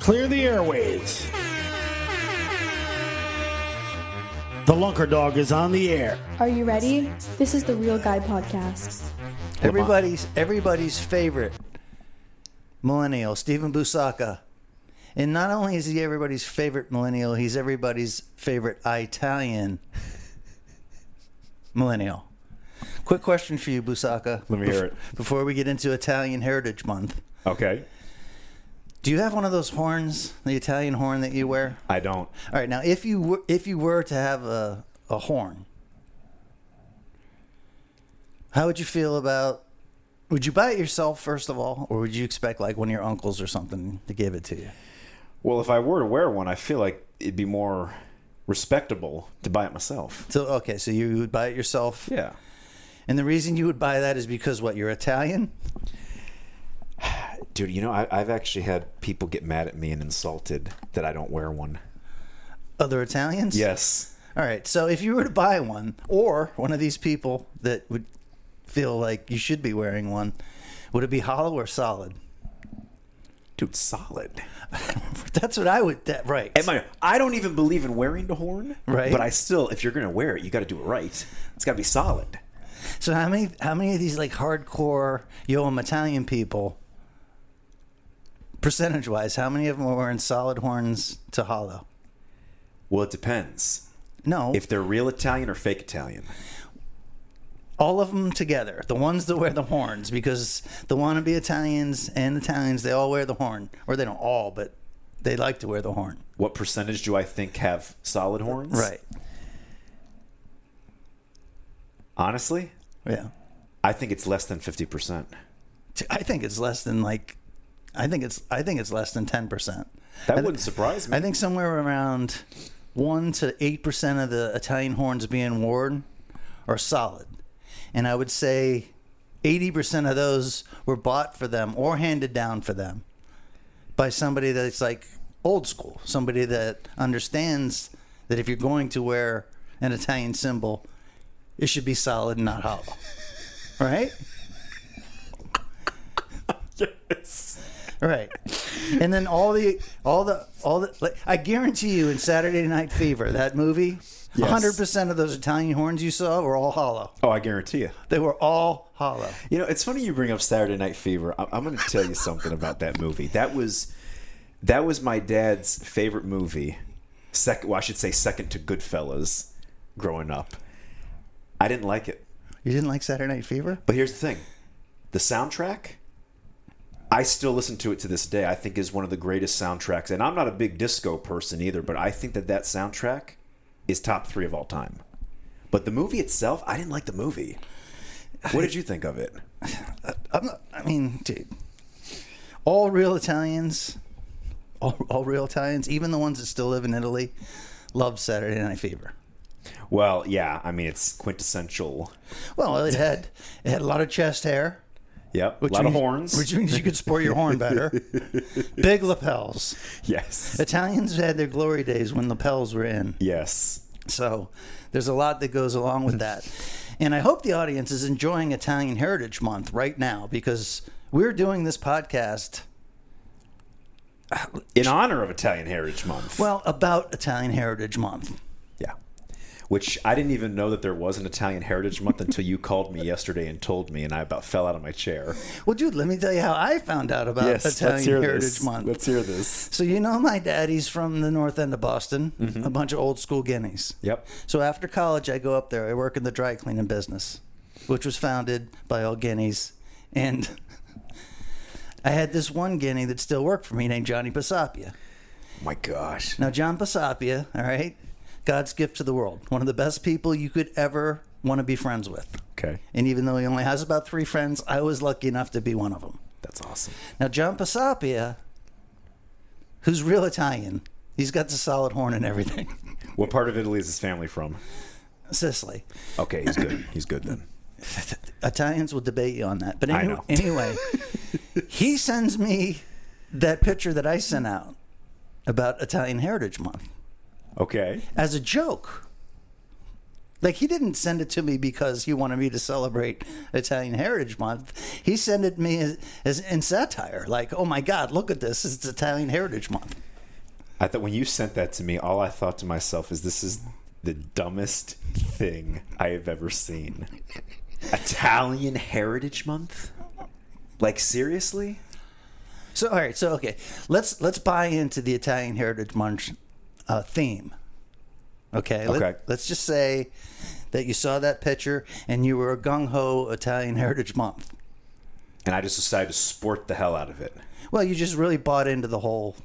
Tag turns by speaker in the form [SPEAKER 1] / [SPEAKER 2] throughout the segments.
[SPEAKER 1] Clear the airways. The Lunker Dog is on the air.
[SPEAKER 2] Are you ready? This is the Real Guy Podcast.
[SPEAKER 3] Everybody's everybody's favorite millennial, Stephen Busaka. And not only is he everybody's favorite millennial, he's everybody's favorite Italian millennial. Quick question for you, Busaka.
[SPEAKER 4] Let me hear it.
[SPEAKER 3] Before we get into Italian Heritage Month,
[SPEAKER 4] Okay.
[SPEAKER 3] do you have one of those horns, the Italian horn that you wear?
[SPEAKER 4] I don't.
[SPEAKER 3] All right, now if you were, if you were to have a, a horn, how would you feel about? Would you buy it yourself first of all, or would you expect like one of your uncles or something to give it to you?
[SPEAKER 4] Well, if I were to wear one, I feel like it'd be more respectable to buy it myself.
[SPEAKER 3] So okay, so you would buy it yourself,
[SPEAKER 4] Yeah.
[SPEAKER 3] and the reason you would buy that is because what you're Italian.
[SPEAKER 4] Dude, you know, I, I've actually had people get mad at me and insulted that I don't wear one.
[SPEAKER 3] Other Italians?
[SPEAKER 4] Yes.
[SPEAKER 3] All right. So if you were to buy one, or one of these people that would feel like you should be wearing one, would it be hollow or solid?
[SPEAKER 4] Dude, solid.
[SPEAKER 3] That's what I would. That, right.
[SPEAKER 4] Am I, I don't even believe in wearing the horn.
[SPEAKER 3] Right.
[SPEAKER 4] But I still, if you're going to wear it, you got to do it right. It's got to be solid.
[SPEAKER 3] So how many how many of these like hardcore yo I'm Italian people percentage wise, how many of them are wearing solid horns to hollow?
[SPEAKER 4] Well, it depends
[SPEAKER 3] No.
[SPEAKER 4] if they're real Italian or fake Italian.
[SPEAKER 3] all of them together, the ones that wear the horns, because the wannabe Italians and Italians, they all wear the horn. Or they don't all, but they like to wear the horn.
[SPEAKER 4] What percentage do I think have solid horns?
[SPEAKER 3] Right.
[SPEAKER 4] Honestly,
[SPEAKER 3] Yeah.
[SPEAKER 4] I think it's less than 50%.
[SPEAKER 3] T- I think it's less than like I think it's I think it's less than ten percent.
[SPEAKER 4] That wouldn't surprise me.
[SPEAKER 3] I think somewhere around one to eight percent of the Italian horns being worn are solid, and I would say eighty percent of those were bought for them or handed down for them by somebody that's like old school, somebody that understands that if you're going to wear an Italian symbol, it should be solid and not hollow, right? Right. And then all the all the all the like, I guarantee you in Saturday Night Fever, that movie,
[SPEAKER 4] Yes.
[SPEAKER 3] 100% of those Italian horns you saw were all hollow.
[SPEAKER 4] Oh, I guarantee you.
[SPEAKER 3] They were all hollow.
[SPEAKER 4] You know, it's funny you bring up Saturday Night Fever. I'm, I'm going to tell you something about that movie. That was that was my dad's favorite movie. Second, well, I should say second to Goodfellas. Growing up, I didn't like it.
[SPEAKER 3] You didn't like Saturday Night Fever?
[SPEAKER 4] But here's the thing: the soundtrack. I still listen to it to this day. I think is one of the greatest soundtracks, and I'm not a big disco person either. But I think that that soundtrack is top three of all time. But the movie itself, I didn't like the movie. What did you think of it?
[SPEAKER 3] I'm not, I mean, dude. All real Italians, all, all real Italians, even the ones that still live in Italy, love Saturday Night Fever.
[SPEAKER 4] Well, yeah, I mean it's quintessential.
[SPEAKER 3] Well, it had it had a lot of chest hair,
[SPEAKER 4] Yep, a lot
[SPEAKER 3] means-
[SPEAKER 4] of horns.
[SPEAKER 3] which means you could sport your horn better. Big lapels.
[SPEAKER 4] yes,
[SPEAKER 3] Italians had their glory days when lapels were in.
[SPEAKER 4] yes.
[SPEAKER 3] So there's a lot that goes along with that. And I hope the audience is enjoying Italian Heritage Month right now because we're doing this podcast,
[SPEAKER 4] In honor of Italian Heritage Month.
[SPEAKER 3] well, about Italian Heritage Month.
[SPEAKER 4] yeah. Which I didn't even know that there was an Italian Heritage Month until you called me yesterday and told me, and I about fell out of my chair.
[SPEAKER 3] Well, dude, let me tell you how I found out about Uh, Italian Heritage Month.
[SPEAKER 4] Let's hear this.
[SPEAKER 3] so, you know, my daddy's from the north end of Boston, a bunch of old school guineas.
[SPEAKER 4] Yep.
[SPEAKER 3] So after college, I go up there. I work in the dry cleaning business, which was founded by all guineas. And I had this one guinea that still worked for me named Johnny Passapia.
[SPEAKER 4] My gosh.
[SPEAKER 3] Now, John Passapia, all right, God's gift to the world, one of the best people you could ever want to be friends with.
[SPEAKER 4] Okay,
[SPEAKER 3] And even though he only has about three friends, I was lucky enough to be one of them.
[SPEAKER 4] that's awesome.
[SPEAKER 3] Now, John Passapia, who's real Italian, he's got the solid horn and everything.
[SPEAKER 4] What part of Italy is his family from?
[SPEAKER 3] Sicily.
[SPEAKER 4] Okay, he's good. He's good then.
[SPEAKER 3] Italians will debate you on that. But
[SPEAKER 4] I
[SPEAKER 3] any-
[SPEAKER 4] know.
[SPEAKER 3] anyway, he sends me that picture that I sent out about Italian Heritage Month
[SPEAKER 4] Okay.
[SPEAKER 3] as a joke. Like he didn't send it to me because he wanted me to celebrate Italian Heritage Month. He sent it me as, as in satire, like, "Oh my God, look at this! It's Italian Heritage Month."
[SPEAKER 4] I thought when you sent that to me, all I thought to myself is this is the dumbest thing I have ever seen. Italian Heritage Month? Like seriously?
[SPEAKER 3] So all right, so okay, let's let's buy into the Italian Heritage Month uh, theme. Okay, let,
[SPEAKER 4] Okay.
[SPEAKER 3] Let's just say that you saw that picture and you were gung ho Italian Heritage Month.
[SPEAKER 4] And I just decided to sport the hell out of it.
[SPEAKER 3] Well, you just really bought into the whole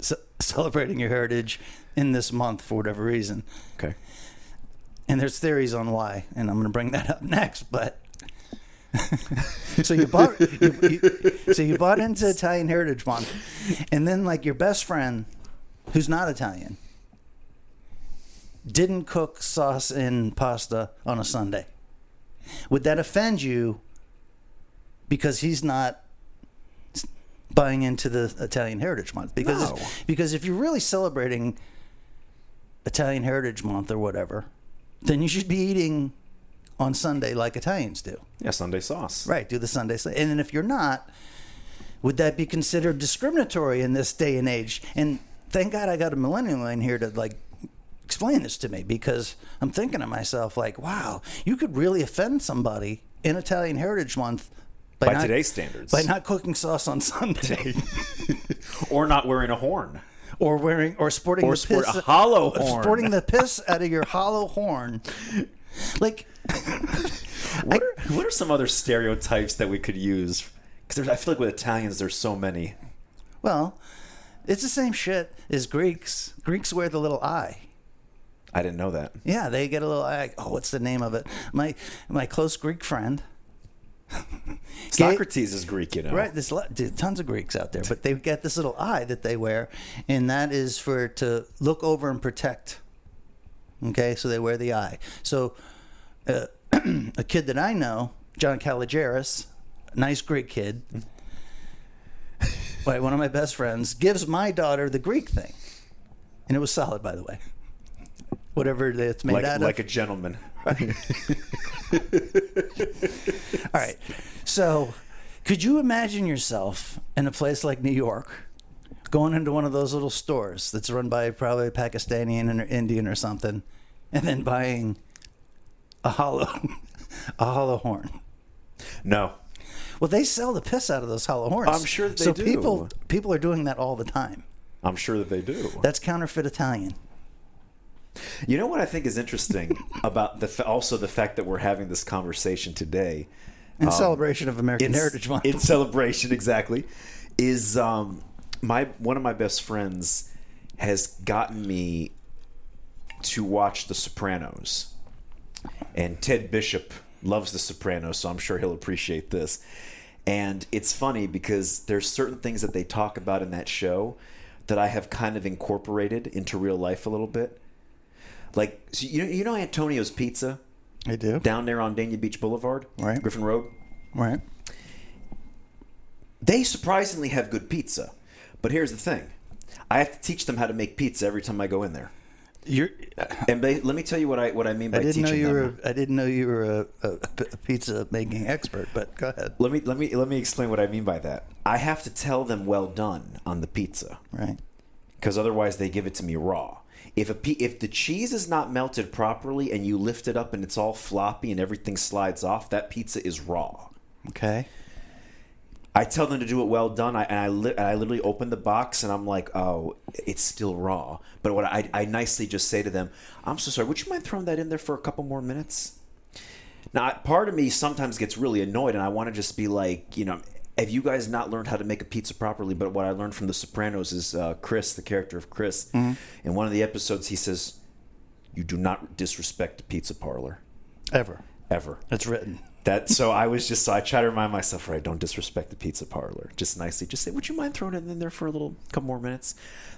[SPEAKER 3] ce- celebrating your heritage in this month for whatever reason.
[SPEAKER 4] Okay.
[SPEAKER 3] and there's theories on why, and I'm going to bring that up next. But so you bought, you, you- so you bought into Italian Heritage Month, and then like your best friend, who's not Italian, didn't cook sauce and pasta on a Sunday. Would that offend you? Because he's not s- buying into the Italian Heritage Month. Because
[SPEAKER 4] No.
[SPEAKER 3] if, because if you're really celebrating Italian Heritage Month or whatever, then you should be eating on Sunday like Italians do.
[SPEAKER 4] Yeah, Sunday sauce.
[SPEAKER 3] Right, do the Sunday sli- And then if you're not, would that be considered discriminatory in this day and age? And thank God I got a millennial in here to like explain this to me because I'm thinking to myself like, wow, you could really offend somebody in Italian Heritage Month
[SPEAKER 4] By today's standards.
[SPEAKER 3] by not cooking sauce on Sunday
[SPEAKER 4] Or not wearing a horn.
[SPEAKER 3] or wearing or sporting
[SPEAKER 4] Or
[SPEAKER 3] the
[SPEAKER 4] sport
[SPEAKER 3] piss, uh,
[SPEAKER 4] a hollow horn.
[SPEAKER 3] sporting the piss out of your hollow horn. Like
[SPEAKER 4] What are, what are some other stereotypes that we could use? Because I feel like with Italians, there's so many.
[SPEAKER 3] Well, it's the same shit as Greeks. Greeks wear the little eye.
[SPEAKER 4] I didn't know that.
[SPEAKER 3] Yeah, they get a little eye. Oh, what's the name of it? My my close Greek friend.
[SPEAKER 4] Socrates is Greek, you know.
[SPEAKER 3] Right, there's lo- dude, tons of Greeks out there, but they get this little eye that they wear, and that is for to look over and protect. Okay, so they wear the eye. So, uh, a kid that I know, John Caligaris, nice Greek kid, by one of my best friends, gives my daughter the Greek thing, and it was solid, by the way. Whatever it's made
[SPEAKER 4] Like,
[SPEAKER 3] out
[SPEAKER 4] like a
[SPEAKER 3] of.
[SPEAKER 4] gentleman.
[SPEAKER 3] All right, so could you imagine yourself in a place like New York? going into one of those little stores that's run by probably a Pakistani and an Indian or something, and then buying a hollow a hollow horn.
[SPEAKER 4] No.
[SPEAKER 3] Well, they sell the piss out of those hollow horns.
[SPEAKER 4] I'm sure they
[SPEAKER 3] so
[SPEAKER 4] do.
[SPEAKER 3] people people are doing that all the time.
[SPEAKER 4] I'm sure that they do.
[SPEAKER 3] That's counterfeit Italian.
[SPEAKER 4] You know what I think is interesting about the fa- also the fact that we're having this conversation today
[SPEAKER 3] In
[SPEAKER 4] Um,
[SPEAKER 3] celebration of American
[SPEAKER 4] in
[SPEAKER 3] Heritage Month.
[SPEAKER 4] in celebration exactly is um, my one of my best friends has gotten me to watch The Sopranos, and Ted Bishop loves The Sopranos, so I'm sure he'll appreciate this. And it's funny because there's certain things that they talk about in that show that I have kind of incorporated into real life a little bit. Like so you you know Antonio's Pizza
[SPEAKER 3] I do.
[SPEAKER 4] down there on Dania Beach Boulevard,
[SPEAKER 3] Right.
[SPEAKER 4] Griffin Road.
[SPEAKER 3] Right.
[SPEAKER 4] They surprisingly have good pizza. But here's the thing I have to teach them how to make pizza every time I go in there.
[SPEAKER 3] You're
[SPEAKER 4] And they, let me tell you what I, what I mean by
[SPEAKER 3] I didn't
[SPEAKER 4] teaching
[SPEAKER 3] know you
[SPEAKER 4] them.
[SPEAKER 3] were I didn't know you were a, a, a pizza making expert, but go ahead.
[SPEAKER 4] Let me, let, me, let me explain what I mean by that. I have to tell them well done on the pizza
[SPEAKER 3] Right.
[SPEAKER 4] because otherwise they give it to me raw. If, a, pe- if the cheese is not melted properly and you lift it up and it's all floppy and everything slides off, that pizza is raw.
[SPEAKER 3] Okay.
[SPEAKER 4] I tell them to do it well done. I, and I, li- and I literally open the box and I'm like, oh, it's still raw. But what I, I nicely just say to them, I'm so sorry. Would you mind throwing that in there for a couple more minutes? Now, I- part of me sometimes gets really annoyed and I want to just be like, you know, have you guys not learned how to make a pizza properly? But what I learned from The Sopranos is uh, Chris, the character of Chris, in one of the episodes, he says, you do not disrespect the pizza parlor
[SPEAKER 3] Ever.
[SPEAKER 4] ever.
[SPEAKER 3] It's written.
[SPEAKER 4] That so I was just so I try to remind myself, right, don't disrespect the pizza parlor. Just nicely just say, Would you mind throwing it in there for a little couple more minutes?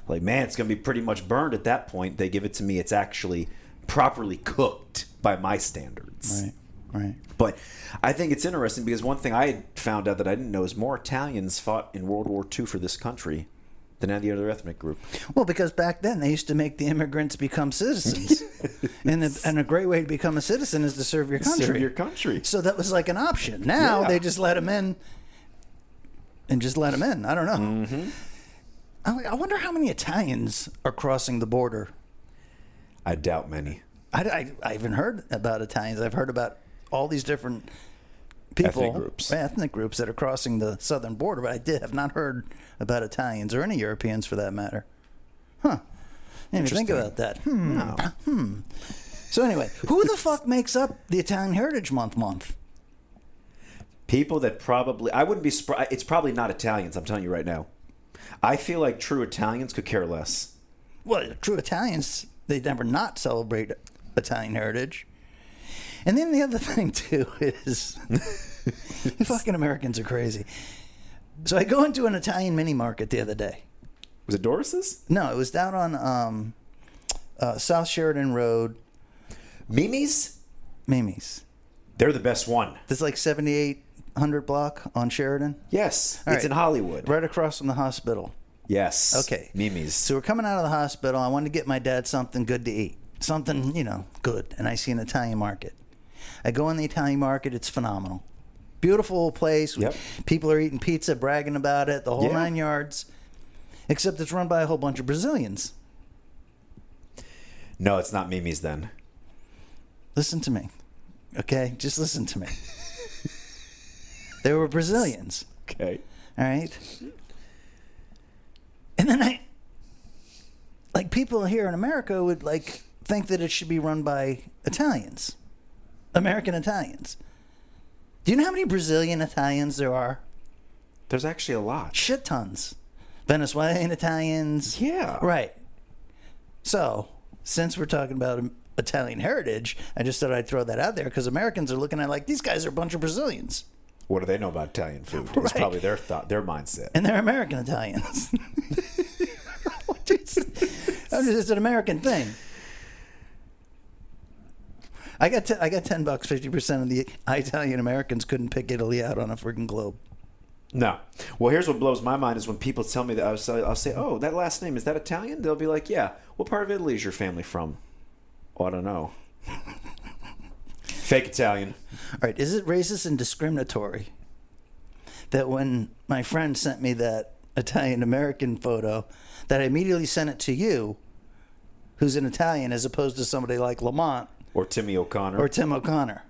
[SPEAKER 4] Like, man, it's gonna be pretty much burned at that point. They give it to me, it's actually properly cooked by my standards.
[SPEAKER 3] Right. Right.
[SPEAKER 4] But I think it's interesting because one thing I had found out that I didn't know is more Italians fought in World War II for this country than any other ethnic group.
[SPEAKER 3] Well, because back then they used to make the immigrants become citizens, and the, and a great way to become a citizen is to serve your country.
[SPEAKER 4] Serve your country.
[SPEAKER 3] So that was like an option. Now
[SPEAKER 4] Yeah.
[SPEAKER 3] they just let them in, and just let them in. I don't know. I, I wonder how many Italians are crossing the border.
[SPEAKER 4] I doubt many
[SPEAKER 3] I, I, I haven't heard about Italians. I've heard about all these different people,
[SPEAKER 4] Ethnic groups.
[SPEAKER 3] ethnic groups that are crossing the southern border, but I did have not heard about Italians or any Europeans for that matter. Huh. Didn't even think
[SPEAKER 4] Interesting.
[SPEAKER 3] about that. Hmm.
[SPEAKER 4] No.
[SPEAKER 3] So anyway, who the fuck makes up the Italian Heritage Month month?
[SPEAKER 4] people that probably I wouldn't be surprised. It's probably not Italians. I'm telling you right now. I feel like true Italians could care less.
[SPEAKER 3] Well, true Italians, they never not celebrate Italian heritage. And then the other thing too is fucking Americans are crazy. So I go into an Italian mini market the other day.
[SPEAKER 4] Was it Doris's?
[SPEAKER 3] No, it was down on um, uh, South Sheridan Road,
[SPEAKER 4] Mimi's?
[SPEAKER 3] Mimi's.
[SPEAKER 4] They're the best one.
[SPEAKER 3] It's like 7800 block on Sheridan,
[SPEAKER 4] Yes,
[SPEAKER 3] All
[SPEAKER 4] it's
[SPEAKER 3] right.
[SPEAKER 4] in Hollywood.
[SPEAKER 3] right across from the hospital.
[SPEAKER 4] Yes.
[SPEAKER 3] Okay.
[SPEAKER 4] Mimi's.
[SPEAKER 3] So we're coming out of the hospital. I wanted to get my dad something good to eat, something you know good, and I see an Italian market. I go in the Italian market. It's phenomenal, beautiful place.
[SPEAKER 4] Yep.
[SPEAKER 3] People are eating pizza, bragging about it, the whole
[SPEAKER 4] Yeah.
[SPEAKER 3] nine yards. Except it's run by a whole bunch of Brazilians.
[SPEAKER 4] No, it's not Mimi's then.
[SPEAKER 3] Listen to me, okay? Just listen to me. they were Brazilians.
[SPEAKER 4] Okay.
[SPEAKER 3] All right. And then I, like, people here in America would like think that it should be run by Italians, American Italians. Do you know how many Brazilian Italians there are?
[SPEAKER 4] There's actually a lot.
[SPEAKER 3] Shit tons. Venezuelan Italians.
[SPEAKER 4] Yeah.
[SPEAKER 3] Right. So, since we're talking about Italian heritage, I just thought I'd throw that out there because Americans are looking at it like these guys are a bunch of Brazilians
[SPEAKER 4] What do they know about Italian food? It's
[SPEAKER 3] Right.
[SPEAKER 4] probably their thought, their mindset.
[SPEAKER 3] and they're American Italians. it's, I'm just- it's an American thing. I got te- I got ten bucks. Fifty percent of the Italian Americans couldn't pick Italy out on a freaking globe.
[SPEAKER 4] No. Well, here's what blows my mind is when people tell me that I'll say, I'll say, "Oh, that last name is that Italian?" They'll be like, "Yeah." What part of Italy is your family from? Oh, I don't know. Fake Italian.
[SPEAKER 3] All right, is it racist and discriminatory that when my friend sent me that Italian American photo, that I immediately sent it to you, who's an Italian, as opposed to somebody like Lamont
[SPEAKER 4] Or Timmy O'Connor.
[SPEAKER 3] or Tim O'Connor?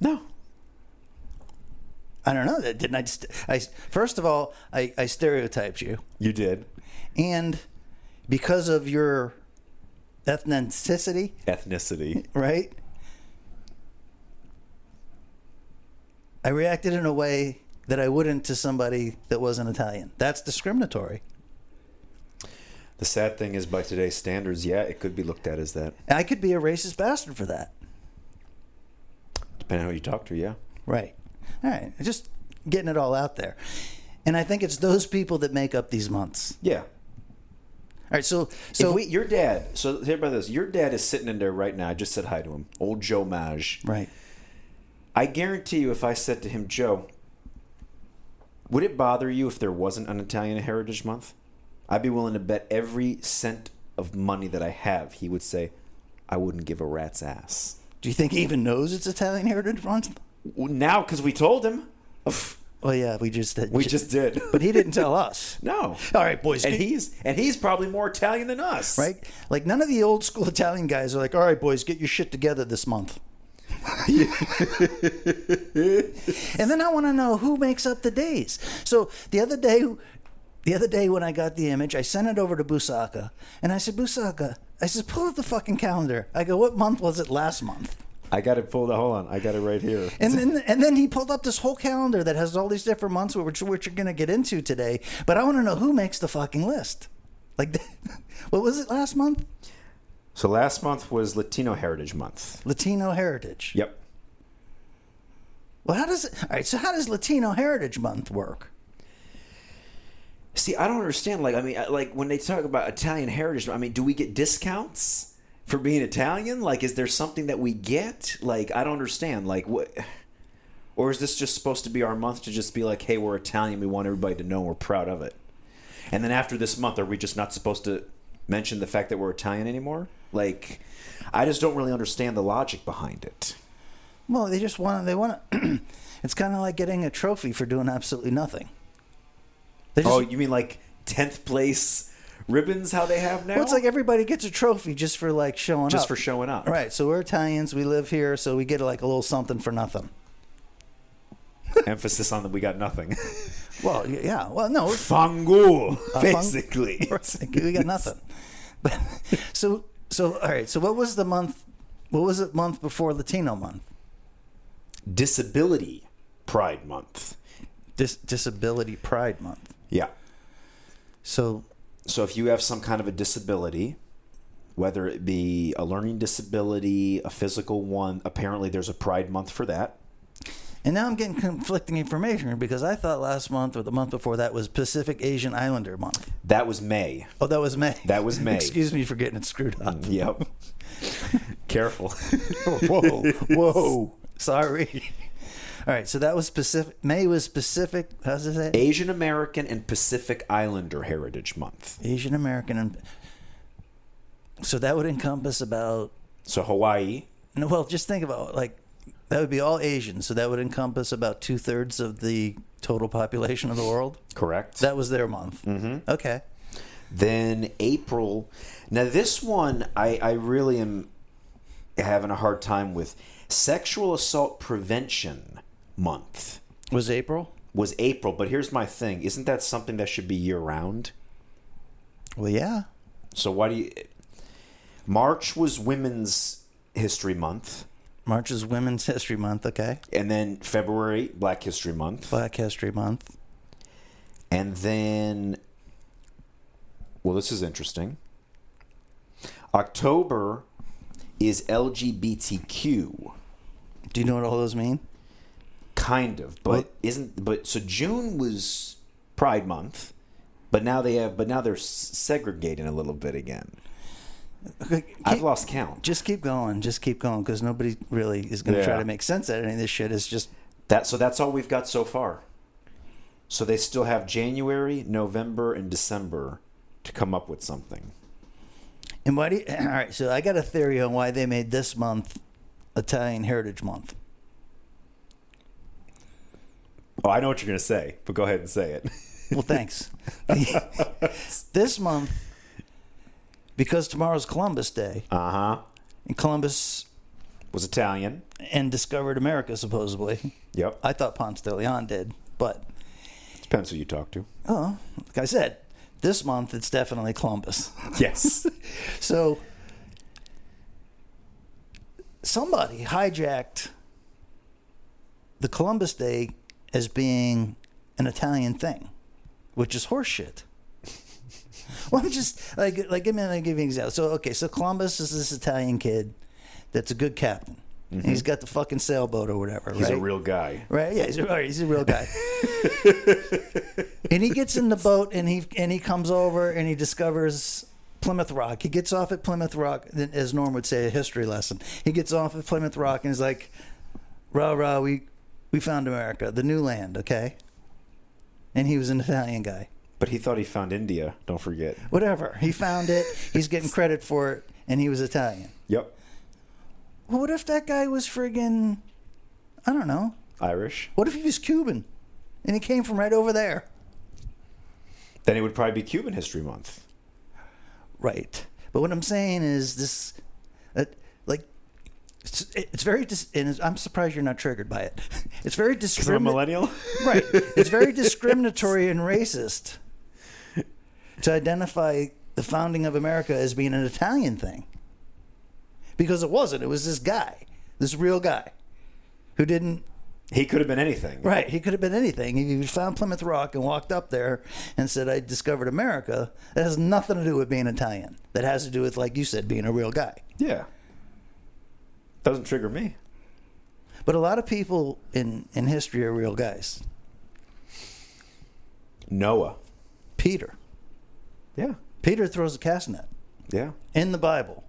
[SPEAKER 4] no.
[SPEAKER 3] I don't know. That didn't I? Just, I first of all, I, I stereotyped you,
[SPEAKER 4] You did.
[SPEAKER 3] and because of your ethnicity,
[SPEAKER 4] Ethnicity.
[SPEAKER 3] right? I reacted in a way that I wouldn't to somebody that wasn't Italian. That's discriminatory.
[SPEAKER 4] The sad thing is, by today's standards, yeah, it could be looked at as that.
[SPEAKER 3] And I could be a racist bastard for that,
[SPEAKER 4] Depending on who you talk to, yeah.
[SPEAKER 3] right? All right, just getting it all out there. And I think it's those people that make up these months.
[SPEAKER 4] Yeah.
[SPEAKER 3] All right, so
[SPEAKER 4] So
[SPEAKER 3] so
[SPEAKER 4] we, your dad. So here about this. Your dad is sitting in there right now. I just said hi to him. Old Joe Maj.
[SPEAKER 3] right.
[SPEAKER 4] I guarantee you, if I said to him, Joe, would it bother you if there wasn't an Italian Heritage Month? I'd be willing to bet every cent of money that I have. He would say, I wouldn't give a rat's ass.
[SPEAKER 3] Do you think he even knows it's Italian Heritage Month?
[SPEAKER 4] Well, now, because we told him, Oof,
[SPEAKER 3] Well, yeah, we just did.
[SPEAKER 4] we just did.
[SPEAKER 3] but he didn't tell us.
[SPEAKER 4] no.
[SPEAKER 3] All right, boys.
[SPEAKER 4] And
[SPEAKER 3] get-
[SPEAKER 4] he's and he's probably more Italian than us,
[SPEAKER 3] right? Like none of the old school Italian guys are like, "All right, boys, get your shit together this month." and then I want to know who makes up the days. So the other day, the other day when I got the image, I sent it over to Busaka, and I said, "Busaka, I said, pull up the fucking calendar." I go, "What month was it last month?"
[SPEAKER 4] I got it pulled. Hold on, I got it right here.
[SPEAKER 3] And then, and then he pulled up this whole calendar that has all these different months, which, which you're going to get into today. But I want to know who makes the fucking list. Like, what was it last month?
[SPEAKER 4] So last month was Latino Heritage Month.
[SPEAKER 3] Latino Heritage.
[SPEAKER 4] Yep.
[SPEAKER 3] Well, how does all right? So how does Latino Heritage Month work?
[SPEAKER 4] See, I don't understand. Like, I mean, I- like when they talk about Italian heritage, I mean, do we get discounts for being Italian? Like, is there something that we get? Like, I don't understand. Like, what? Or is this just supposed to be our month to just be like, hey, we're Italian. We want everybody to know we're proud of it. And then after this month, are we just not supposed to mention the fact that we're Italian anymore? Like, I just don't really understand the logic behind it.
[SPEAKER 3] Well, they just want they want to. it's kind of like getting a trophy for doing absolutely nothing. They just,
[SPEAKER 4] Oh, you mean like tenth place ribbons? How they have now?
[SPEAKER 3] well, it's like everybody gets a trophy just for like showing
[SPEAKER 4] just
[SPEAKER 3] up.
[SPEAKER 4] for showing up,
[SPEAKER 3] Right. So we're Italians. We live here, so we get like a little something for nothing.
[SPEAKER 4] Emphasis on that we got nothing.
[SPEAKER 3] Well, y- yeah. Well, no, we-
[SPEAKER 4] Fangu,
[SPEAKER 3] fang-
[SPEAKER 4] basically.
[SPEAKER 3] we got nothing. But so so all right. So what was the month? What was it month before Latino month?
[SPEAKER 4] Disability Pride Month.
[SPEAKER 3] Dis- Disability Pride Month.
[SPEAKER 4] Yeah.
[SPEAKER 3] So
[SPEAKER 4] So if you have some kind of a disability, whether it be a learning disability, a physical one, apparently there's a Pride Month for that.
[SPEAKER 3] And now I'm getting conflicting information because I thought last month or the month before that was Pacific Asian Islander month.
[SPEAKER 4] That was May.
[SPEAKER 3] Oh, that was May.
[SPEAKER 4] That was May.
[SPEAKER 3] Excuse me for getting it screwed up.
[SPEAKER 4] Yep. Mm. Careful.
[SPEAKER 3] whoa, whoa. Sorry. All right, so that was Pacific. May was Pacific. How's it say?
[SPEAKER 4] Asian American and Pacific Islander Heritage Month.
[SPEAKER 3] Asian American, and so that would encompass about.
[SPEAKER 4] So Hawaii,
[SPEAKER 3] No, well, just think about like that would be all Asian, so that would encompass about two thirds of the total population of the world.
[SPEAKER 4] correct?
[SPEAKER 3] That was their month. Mm-hmm. Okay.
[SPEAKER 4] then April. Now this one I, I really am having a hard time with. Sexual assault prevention month
[SPEAKER 3] Was April?
[SPEAKER 4] was April, but here's my thing. Isn't that something that should be year round?
[SPEAKER 3] Well, yeah.
[SPEAKER 4] So why do you March was women's history month
[SPEAKER 3] March is Women's History Month, okay?
[SPEAKER 4] and then February Black History Month
[SPEAKER 3] Black History Month.
[SPEAKER 4] and then well this is interesting. October is LGBTQ.
[SPEAKER 3] Do you know what all those mean?
[SPEAKER 4] kind of but
[SPEAKER 3] Well-
[SPEAKER 4] isn't but so june was pride month but now they have but now they're s- segregating a little bit again
[SPEAKER 3] Okay,
[SPEAKER 4] i've
[SPEAKER 3] keep-
[SPEAKER 4] lost count
[SPEAKER 3] Just keep going. Just keep going because nobody really is going to
[SPEAKER 4] Yeah.
[SPEAKER 3] try to make sense out of any of this shit. It's just,
[SPEAKER 4] that so that's all we've got so far so they still have january november and december to come up with something
[SPEAKER 3] and why do you, all right, so I got a theory on why they made this month Italian Heritage Month.
[SPEAKER 4] oh i know what you're going to say but go ahead and say it
[SPEAKER 3] Well, thanks. this month, because tomorrow's Columbus Day,
[SPEAKER 4] uh-huh
[SPEAKER 3] and Columbus
[SPEAKER 4] was italian
[SPEAKER 3] and discovered America, supposedly.
[SPEAKER 4] yep
[SPEAKER 3] I thought Ponce de Leon did, but
[SPEAKER 4] depends who you talk to
[SPEAKER 3] Oh, like I said, this month it's definitely Columbus.
[SPEAKER 4] yes
[SPEAKER 3] So somebody hijacked the Columbus Day as being an Italian thing, which is horseshit. well, I'm just like like give me I'll give you an example. So okay, so Columbus is this Italian kid that's a good captain. And he's got the fucking sailboat or whatever.
[SPEAKER 4] Mm-hmm. he's
[SPEAKER 3] right?
[SPEAKER 4] a real guy
[SPEAKER 3] Right? Yeah, he's a, right, he's a real guy. and he gets in the boat and he and he comes over and he discovers Plymouth Rock. He gets off at Plymouth Rock, then, as Norm would say, a history lesson. He gets off at Plymouth Rock and he's like, "Rah rah, we we found America, the new land." Okay. And he was an Italian guy.
[SPEAKER 4] but he thought he found india don't forget
[SPEAKER 3] Whatever. He found it. He's getting credit for it, and he was Italian.
[SPEAKER 4] yep
[SPEAKER 3] Well, what if that guy was friggin', I don't know.
[SPEAKER 4] irish
[SPEAKER 3] What if he was Cuban, and he came from right over there?
[SPEAKER 4] then it would probably be cuban history month
[SPEAKER 3] Right. But what I'm saying is this, uh, like, it's, it's very, dis- and it's, I'm surprised you're not triggered by it. It's very
[SPEAKER 4] because i'm a
[SPEAKER 3] discriminatory.
[SPEAKER 4] millennial
[SPEAKER 3] Right. It's very discriminatory and racist to identify the founding of America as being an Italian thing. Because it wasn't. It was this guy, this real guy, who didn't
[SPEAKER 4] He could have been anything.
[SPEAKER 3] Right. He could have been anything. If He found Plymouth Rock and walked up there and said, I discovered America. That has nothing to do with being Italian. That has to do with, like you said, being a real guy.
[SPEAKER 4] Yeah. Doesn't trigger me.
[SPEAKER 3] But a lot of people in, in history are real guys.
[SPEAKER 4] Noah.
[SPEAKER 3] Peter.
[SPEAKER 4] Yeah.
[SPEAKER 3] Peter throws a cast net
[SPEAKER 4] Yeah.
[SPEAKER 3] in the Bible.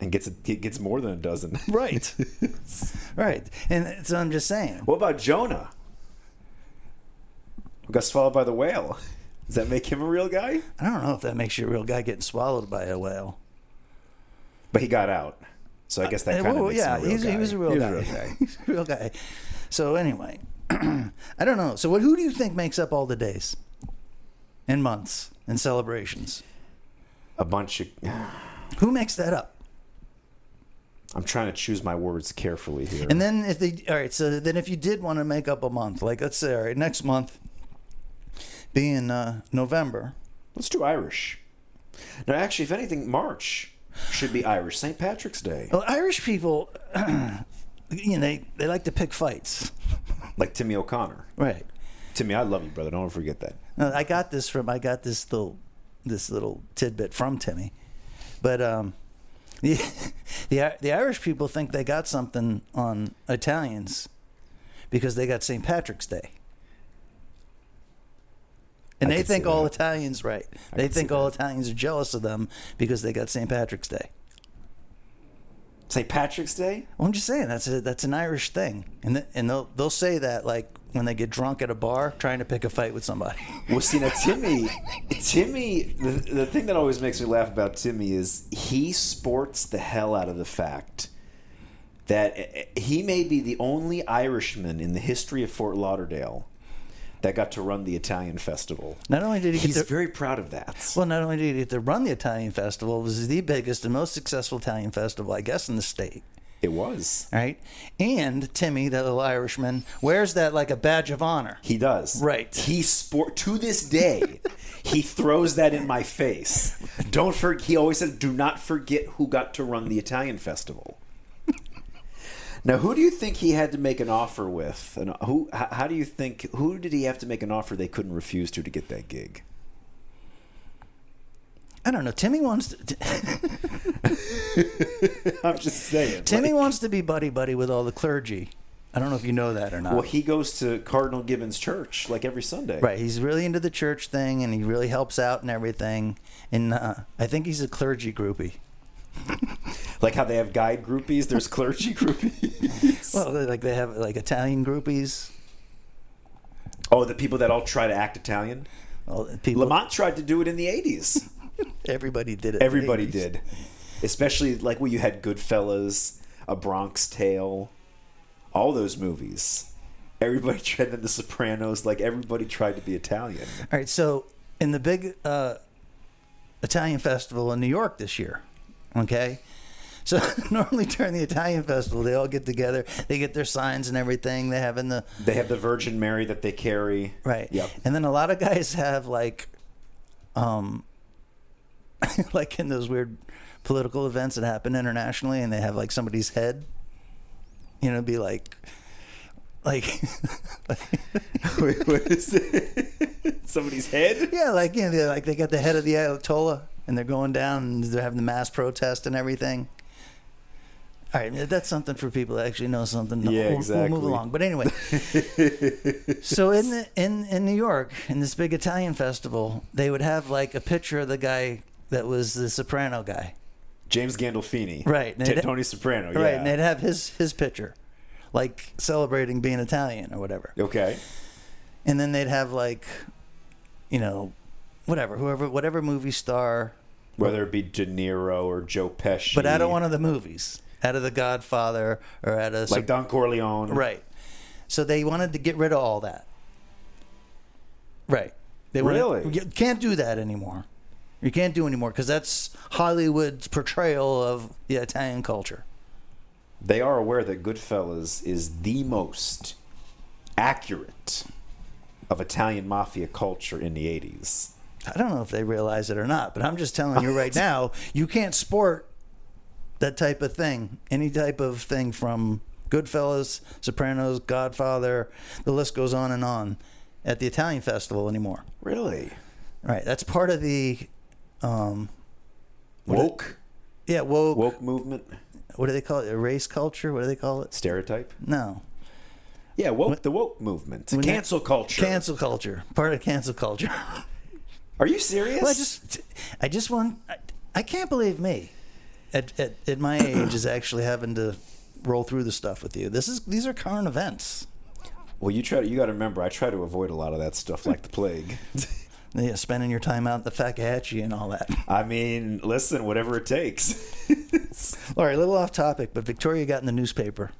[SPEAKER 4] And gets a, he gets more than a dozen.
[SPEAKER 3] Right. right. And so I'm just saying.
[SPEAKER 4] What about Jonah? Who got swallowed by the whale? Does that make him a real guy?
[SPEAKER 3] I don't know if that makes you a real guy getting swallowed by a whale.
[SPEAKER 4] But he got out, so I guess that
[SPEAKER 3] Uh,
[SPEAKER 4] kind of
[SPEAKER 3] well,
[SPEAKER 4] makes
[SPEAKER 3] yeah,
[SPEAKER 4] him a real
[SPEAKER 3] he's,
[SPEAKER 4] guy.
[SPEAKER 3] he was a real
[SPEAKER 4] He
[SPEAKER 3] guy. he's a real guy. So anyway, I don't know. So what? Who do you think makes up all the days, and months, and celebrations?
[SPEAKER 4] A bunch of.
[SPEAKER 3] Who makes that up?
[SPEAKER 4] I'm trying to choose my words carefully here.
[SPEAKER 3] And then if they, all right. So then if you did want to make up a month, like let's say, all right, next month, being uh, November.
[SPEAKER 4] Let's do Irish. No, actually, if anything, March should be Irish. St. Patrick's Day,
[SPEAKER 3] Well, Irish people, you know, they, they like to pick fights,
[SPEAKER 4] like Timmy O'Connor.
[SPEAKER 3] right?
[SPEAKER 4] Timmy, I love you, brother. Don't ever forget that.
[SPEAKER 3] Now, I got this from I got this little this little tidbit from Timmy, but um, the the, the Irish people think they got something on Italians because they got St. Patrick's Day, and
[SPEAKER 4] I
[SPEAKER 3] they
[SPEAKER 4] could see
[SPEAKER 3] think all
[SPEAKER 4] that.
[SPEAKER 3] Italians right.
[SPEAKER 4] I
[SPEAKER 3] they
[SPEAKER 4] could see
[SPEAKER 3] think all
[SPEAKER 4] that.
[SPEAKER 3] Italians are jealous of them because they got St. Patrick's Day.
[SPEAKER 4] St. Patrick's Day?
[SPEAKER 3] Well, I'm just saying that's a, that's an Irish thing, and th- and they'll they'll say that like when they get drunk at a bar trying to pick a fight with somebody.
[SPEAKER 4] Well, see, now Timmy, Timmy, the, the thing that always makes me laugh about Timmy is he sports the hell out of the fact that eh, eh, he may be the only Irishman in the history of Fort Lauderdale that got to run the Italian festival.
[SPEAKER 3] Not only did he get
[SPEAKER 4] He's
[SPEAKER 3] the,
[SPEAKER 4] very proud of that.
[SPEAKER 3] Well, not only did he get to run the Italian festival, it was the biggest and most successful Italian festival, I guess, in the state.
[SPEAKER 4] it was.
[SPEAKER 3] Right? And Timmy, that little Irishman, wears that like a badge of honor.
[SPEAKER 4] He does.
[SPEAKER 3] Right.
[SPEAKER 4] He sport to this day. he throws that in my face. Don't forget. He always says, "Do not forget who got to run the Italian festival." now, who do you think he had to make an offer with? And who? How, how do you think? Who did he have to make an offer they couldn't refuse to to get that gig?
[SPEAKER 3] I don't know. Timmy wants to,
[SPEAKER 4] I'm just saying.
[SPEAKER 3] Timmy
[SPEAKER 4] Like,
[SPEAKER 3] wants to be buddy buddy with all the clergy. I don't know if you know that or not.
[SPEAKER 4] well, he goes to Cardinal Gibbons Church like every Sunday.
[SPEAKER 3] right, he's really into the church thing and he really helps out and everything. And uh, I think he's a clergy groupie.
[SPEAKER 4] Like how they have guide groupies. There's clergy groupies.
[SPEAKER 3] Well, like they have like Italian groupies.
[SPEAKER 4] oh, the people that all try to act Italian.
[SPEAKER 3] All the people,
[SPEAKER 4] Lamont tried to do it in the 80s.
[SPEAKER 3] everybody did it.
[SPEAKER 4] Everybody did. Especially like when you had Goodfellas, A Bronx Tale, all those movies. Everybody tried then The Sopranos, like everybody tried to be Italian.
[SPEAKER 3] All right, so in the big uh, Italian festival in New York this year, okay? So normally during the Italian festival, they all get together, they get their signs and everything they have in the
[SPEAKER 4] They have the Virgin Mary that they carry.
[SPEAKER 3] right,
[SPEAKER 4] Yep.
[SPEAKER 3] and then a lot of guys have like, um, like in those weird political events that happen internationally, and they have like somebody's head, you know, be like, like.
[SPEAKER 4] Wait, what is it? Somebody's head?
[SPEAKER 3] Yeah, like you know, they're like they got the head of the Ayatollah, and they're going down, and they're having the mass protest and everything. All right, that's something for people that actually know something.
[SPEAKER 4] Yeah,
[SPEAKER 3] We'll- We'll
[SPEAKER 4] exactly.
[SPEAKER 3] move along, but anyway. so in the, in in New York, in this big Italian festival, they would have like a picture of the guy that was the soprano guy,
[SPEAKER 4] James Gandolfini.
[SPEAKER 3] Right, and
[SPEAKER 4] T-
[SPEAKER 3] it-
[SPEAKER 4] Tony Soprano.
[SPEAKER 3] right?
[SPEAKER 4] Yeah.
[SPEAKER 3] And they'd have his his picture, like celebrating being Italian or whatever.
[SPEAKER 4] okay.
[SPEAKER 3] and then they'd have like, you know, whatever, whoever, whatever movie star
[SPEAKER 4] Whether it be De Niro or Joe Pesci.
[SPEAKER 3] but out of one of the movies, out of The Godfather or out of
[SPEAKER 4] Like Don Corleone.
[SPEAKER 3] right. So they wanted to get rid of all that. Right. They wanted-
[SPEAKER 4] Really?
[SPEAKER 3] you can't do that anymore. You can't do anymore because that's Hollywood's portrayal of the Italian culture.
[SPEAKER 4] they are aware that Goodfellas is the most accurate of Italian mafia culture in the 80s.
[SPEAKER 3] I don't know if they realize it or not, but I'm just telling you right now, you can't sport that type of thing, any type of thing from Goodfellas, Sopranos, Godfather, the list goes on and on at the Italian festival anymore.
[SPEAKER 4] Really?
[SPEAKER 3] Right. That's part of the, um,
[SPEAKER 4] Woke?
[SPEAKER 3] yeah, woke.
[SPEAKER 4] Woke movement?
[SPEAKER 3] What do they call it? A race culture? What do they call it?
[SPEAKER 4] Stereotype?
[SPEAKER 3] No.
[SPEAKER 4] Yeah, woke the woke movement.
[SPEAKER 3] When
[SPEAKER 4] Cancel
[SPEAKER 3] that-
[SPEAKER 4] culture.
[SPEAKER 3] Cancel culture. Part of cancel culture.
[SPEAKER 4] Are you serious?
[SPEAKER 3] well, I just, I just want. I, I can't believe me, at, at at my age, is actually having to roll through the stuff with you. This is these are current events.
[SPEAKER 4] well, you try to, you got to remember I try to avoid a lot of that stuff like the plague.
[SPEAKER 3] Yeah, spending your time out at the Fakahatchee and all that.
[SPEAKER 4] I mean, listen, whatever it takes.
[SPEAKER 3] All right, a little off topic, but Victoria got in the newspaper.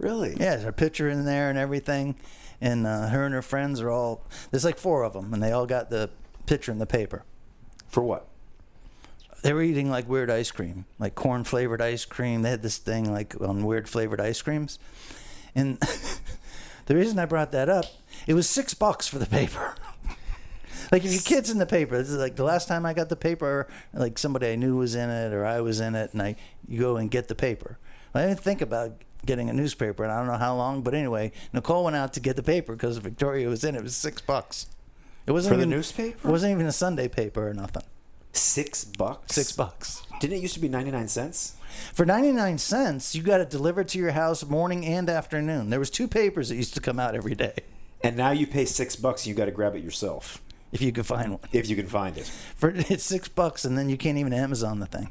[SPEAKER 4] really?
[SPEAKER 3] Yeah, there's her picture in there and everything. And uh, her and her friends are all, there's like four of them, and they all got the picture in the paper.
[SPEAKER 4] For what?
[SPEAKER 3] They were eating like weird ice cream, like corn flavored ice cream. They had this thing like on weird flavored ice creams. And the reason I brought that up, it was six bucks for the paper. like if your kid's in the paper, this is like the last time I got the paper, like somebody I knew was in it or I was in it, and I you go and get the paper. I didn't think about getting a newspaper, and I don't know how long, but anyway, Nicole went out to get the paper because Victoria was in it. It was six bucks. It wasn't
[SPEAKER 4] For the
[SPEAKER 3] even,
[SPEAKER 4] newspaper?
[SPEAKER 3] It wasn't even a Sunday paper or nothing.
[SPEAKER 4] Six bucks?
[SPEAKER 3] Six bucks.
[SPEAKER 4] Didn't it used to be 99 cents?
[SPEAKER 3] For 99 cents, you got it delivered to your house morning and afternoon. There was two papers that used to come out every day
[SPEAKER 4] And now you pay six bucks, you got to grab it yourself
[SPEAKER 3] if you could find one.
[SPEAKER 4] if you can find it.
[SPEAKER 3] For it's 6 bucks and then you can't even Amazon the thing.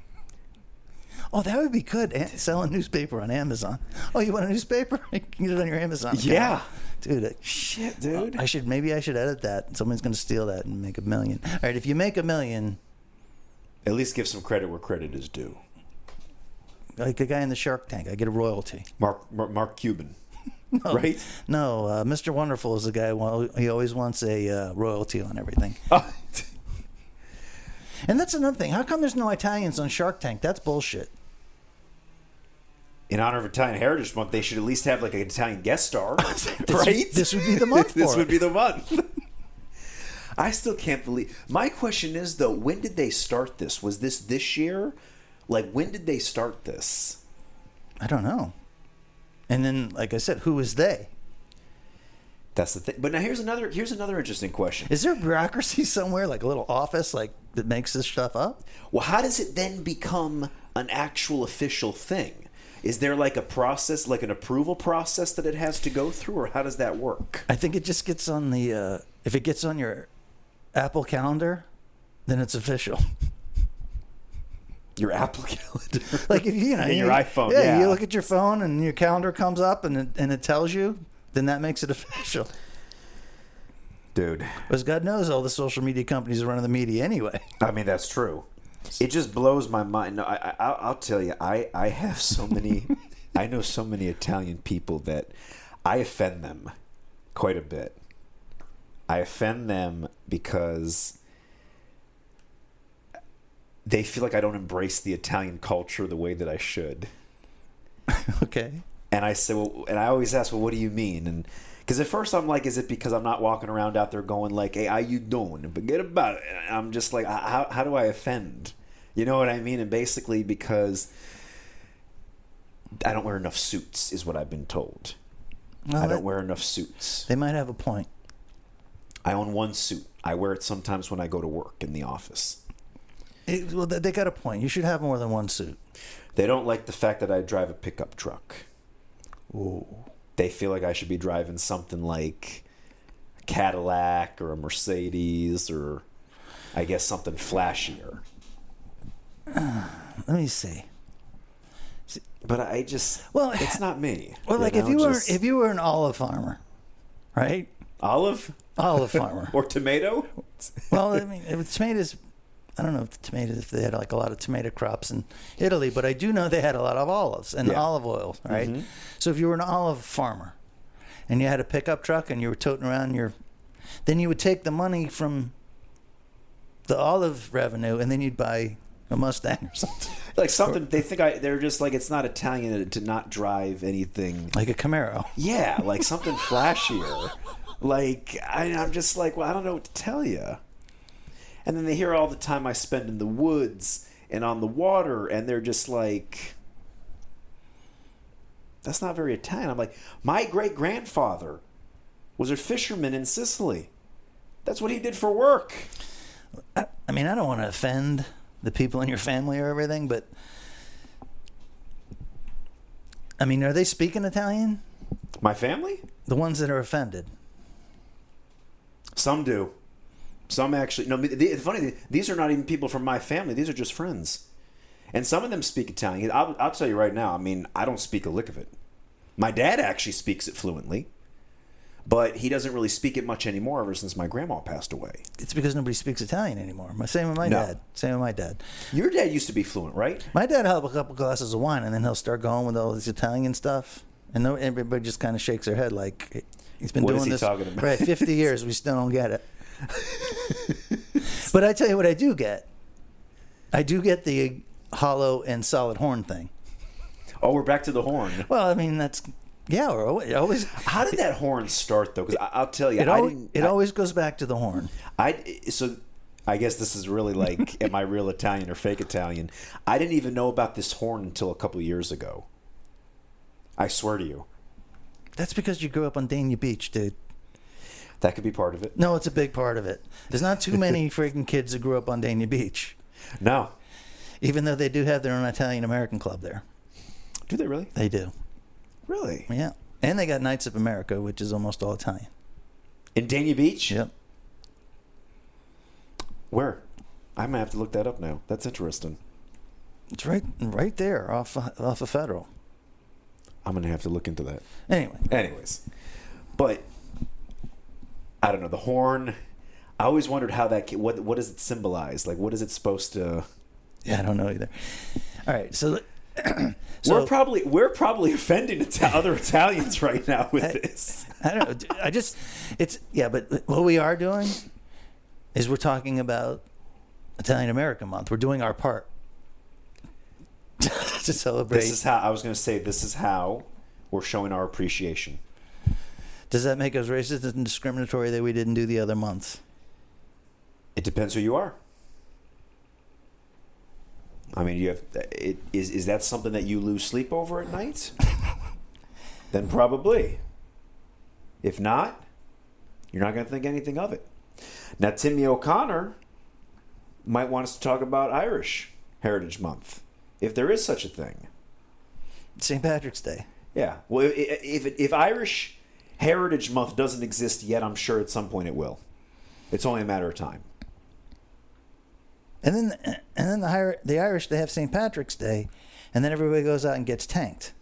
[SPEAKER 3] Oh, that would be good. eh, Selling newspaper on Amazon. Oh, you want a newspaper? You can get it on your Amazon. account.
[SPEAKER 4] Yeah.
[SPEAKER 3] Dude, I-
[SPEAKER 4] Shit, dude.
[SPEAKER 3] I should maybe I should edit that. Someone's going to steal that and make a million. All right, if you make a million,
[SPEAKER 4] At least give some credit where credit is due.
[SPEAKER 3] like the guy in the Shark Tank, I get a royalty.
[SPEAKER 4] Mark Mark, Mark Cuban. Right?
[SPEAKER 3] No, uh, Mr. Wonderful is the guy. Well, he always wants a uh, royalty on everything.
[SPEAKER 4] Oh,
[SPEAKER 3] And that's another thing. How come there's no Italians on Shark Tank? That's bullshit.
[SPEAKER 4] In honor of Italian Heritage Month, they should at least have like an Italian guest star.
[SPEAKER 3] would-
[SPEAKER 4] right?
[SPEAKER 3] this would be the month
[SPEAKER 4] this
[SPEAKER 3] for
[SPEAKER 4] would
[SPEAKER 3] it.
[SPEAKER 4] be the month. I still can't believe. My question is though, when did they start this? Was this this year? Like when did they start this?
[SPEAKER 3] I don't know. And then, like I said, who is they?
[SPEAKER 4] That's the thing. But now here's another here's another interesting question.
[SPEAKER 3] Is there a bureaucracy somewhere, like a little office, like that makes this stuff up?
[SPEAKER 4] Well, how does it then become an actual official thing? Is there like a process, like an approval process that it has to go through, or how does that work?
[SPEAKER 3] I think it just gets on the. Uh, if it gets on your Apple calendar, then it's official.
[SPEAKER 4] Your Apple calendar.
[SPEAKER 3] like if you, you know,
[SPEAKER 4] In
[SPEAKER 3] you-
[SPEAKER 4] your iPhone, yeah.
[SPEAKER 3] you look at your phone and your calendar comes up and it, and it tells you, then that makes it official.
[SPEAKER 4] Dude,
[SPEAKER 3] Because God knows all the social media companies are running the media anyway.
[SPEAKER 4] I mean, that's true. It just blows my mind. No, I, I, I'll- I'll tell you, I, I have so many, I know so many Italian people that I offend them quite a bit. I offend them because they feel like I don't embrace the Italian culture the way that I should.
[SPEAKER 3] okay.
[SPEAKER 4] And I say, well, and I always ask, well, what do you mean? And because at first I'm like, is it because I'm not walking around out there going like, hey, how you doing? And forget about it. And I'm just like, "H- how, how do I offend? You know what I mean? And basically because I don't wear enough suits is what I've been told.
[SPEAKER 3] Well,
[SPEAKER 4] I
[SPEAKER 3] that-
[SPEAKER 4] don't wear enough suits.
[SPEAKER 3] They might have a point.
[SPEAKER 4] I own one suit. I wear it sometimes when I go to work in the office.
[SPEAKER 3] It, well, they they got a point. You should have more than one suit.
[SPEAKER 4] They don't like the fact that I drive a pickup truck. They feel like I should be driving something like a Cadillac or a Mercedes or I guess something flashier.
[SPEAKER 3] Let me see.
[SPEAKER 4] But I just
[SPEAKER 3] Well,
[SPEAKER 4] it's not me.
[SPEAKER 3] Well, like if
[SPEAKER 4] know,
[SPEAKER 3] you were
[SPEAKER 4] just-
[SPEAKER 3] if you were an olive farmer, right?
[SPEAKER 4] olive
[SPEAKER 3] Olive farmer.
[SPEAKER 4] or tomato?
[SPEAKER 3] well, I mean, it was tomatoes. I don't know if the tomatoes if they had like a lot of tomato crops in Italy, but I do know they had a lot of olives and
[SPEAKER 4] Yeah. Mm-hmm.
[SPEAKER 3] olive oil, right? So if you were an olive farmer and you had a pickup truck and you were toting around your, then you would take the money from the olive revenue and then you'd buy a Mustang or something,
[SPEAKER 4] Like something they think I they're just like it's not Italian to not drive anything
[SPEAKER 3] like a Camaro.
[SPEAKER 4] Yeah, like something flashier. Like I, I'm just like, well, I don't know what to tell you. And then they hear all the time I spend in the woods and on the water, and they're just like, that's not very Italian. I'm like, my great grandfather was a fisherman in Sicily. That's what he did for work.
[SPEAKER 3] I mean, I don't want to offend the people in your family or everything, but I mean, are they speaking Italian?
[SPEAKER 4] My family?
[SPEAKER 3] The ones that are offended.
[SPEAKER 4] Some do. Some actually. No, the, the funny thing, these are not even people from my family. These are just friends. And some of them speak Italian. I'll, I'll tell you right now, I mean, I don't speak a lick of it. My dad actually speaks it fluently. But he doesn't really speak it much anymore ever since my grandma passed away.
[SPEAKER 3] It's because nobody speaks Italian anymore. My- Same with my
[SPEAKER 4] No.
[SPEAKER 3] dad. Same with my dad.
[SPEAKER 4] Your dad used to be fluent, right?
[SPEAKER 3] My dad will have a couple glasses of wine, and then he'll start going with all this Italian stuff, and no, everybody just kind of shakes their head like he's been
[SPEAKER 4] What is
[SPEAKER 3] doing
[SPEAKER 4] he
[SPEAKER 3] this
[SPEAKER 4] talking about?
[SPEAKER 3] right fifty years. We still don't get it. but I tell you what, I do get. I do get the hollow and solid horn thing.
[SPEAKER 4] Oh, we're back to the horn.
[SPEAKER 3] Well, I mean that's yeah. We're always, always
[SPEAKER 4] How did that horn start though? Because I'll tell you,
[SPEAKER 3] it,
[SPEAKER 4] I
[SPEAKER 3] always,
[SPEAKER 4] didn't.
[SPEAKER 3] it
[SPEAKER 4] I-
[SPEAKER 3] always goes back to the horn.
[SPEAKER 4] I so I guess this is really like am I real Italian or fake Italian? I didn't even know about this horn until a couple years ago. I swear to you,
[SPEAKER 3] That's because you grew up on Dania Beach, dude.
[SPEAKER 4] that could be part of it.
[SPEAKER 3] No, it's a big part of it. There's not too many freaking kids that grew up on Dania Beach,
[SPEAKER 4] No,
[SPEAKER 3] even though they do have their own Italian American club there.
[SPEAKER 4] do they really?
[SPEAKER 3] They do.
[SPEAKER 4] Really
[SPEAKER 3] Yeah. And they got Knights of America, which is almost all Italian.
[SPEAKER 4] in Dania Beach?
[SPEAKER 3] Yep.
[SPEAKER 4] Where? I might have to look that up now. That's interesting.
[SPEAKER 3] It's right right there off off of Federal.
[SPEAKER 4] I'm gonna have to look into that.
[SPEAKER 3] Anyway,
[SPEAKER 4] Anyways, but I don't know the horn. I always wondered how that ca- what what does it symbolize? Like what is it supposed to?
[SPEAKER 3] yeah, I don't know either. All right, so
[SPEAKER 4] we're probably we're probably offending Ita- other Italians right now with this.
[SPEAKER 3] I don't know. I just it's yeah, but what we are doing is we're talking about Italian American month. We're doing our part to celebrate.
[SPEAKER 4] This is how I was going to say. This is how we're showing our appreciation.
[SPEAKER 3] Does that make us racist and discriminatory that we didn't do the other months?
[SPEAKER 4] It depends who you are. I mean, you have it, is is that something that you lose sleep over at night? then probably. If not, you're not going to think anything of it. Now, Timmy O'Connor might want us to talk about Irish Heritage Month, if there is such a thing.
[SPEAKER 3] St. Patrick's Day.
[SPEAKER 4] Yeah. Well, i- i- if if Irish Heritage Month doesn't exist yet, I'm sure at some point it will. It's only a matter of time.
[SPEAKER 3] And then and then the higher, the Irish they have St. Patrick's Day, and then everybody goes out and gets tanked.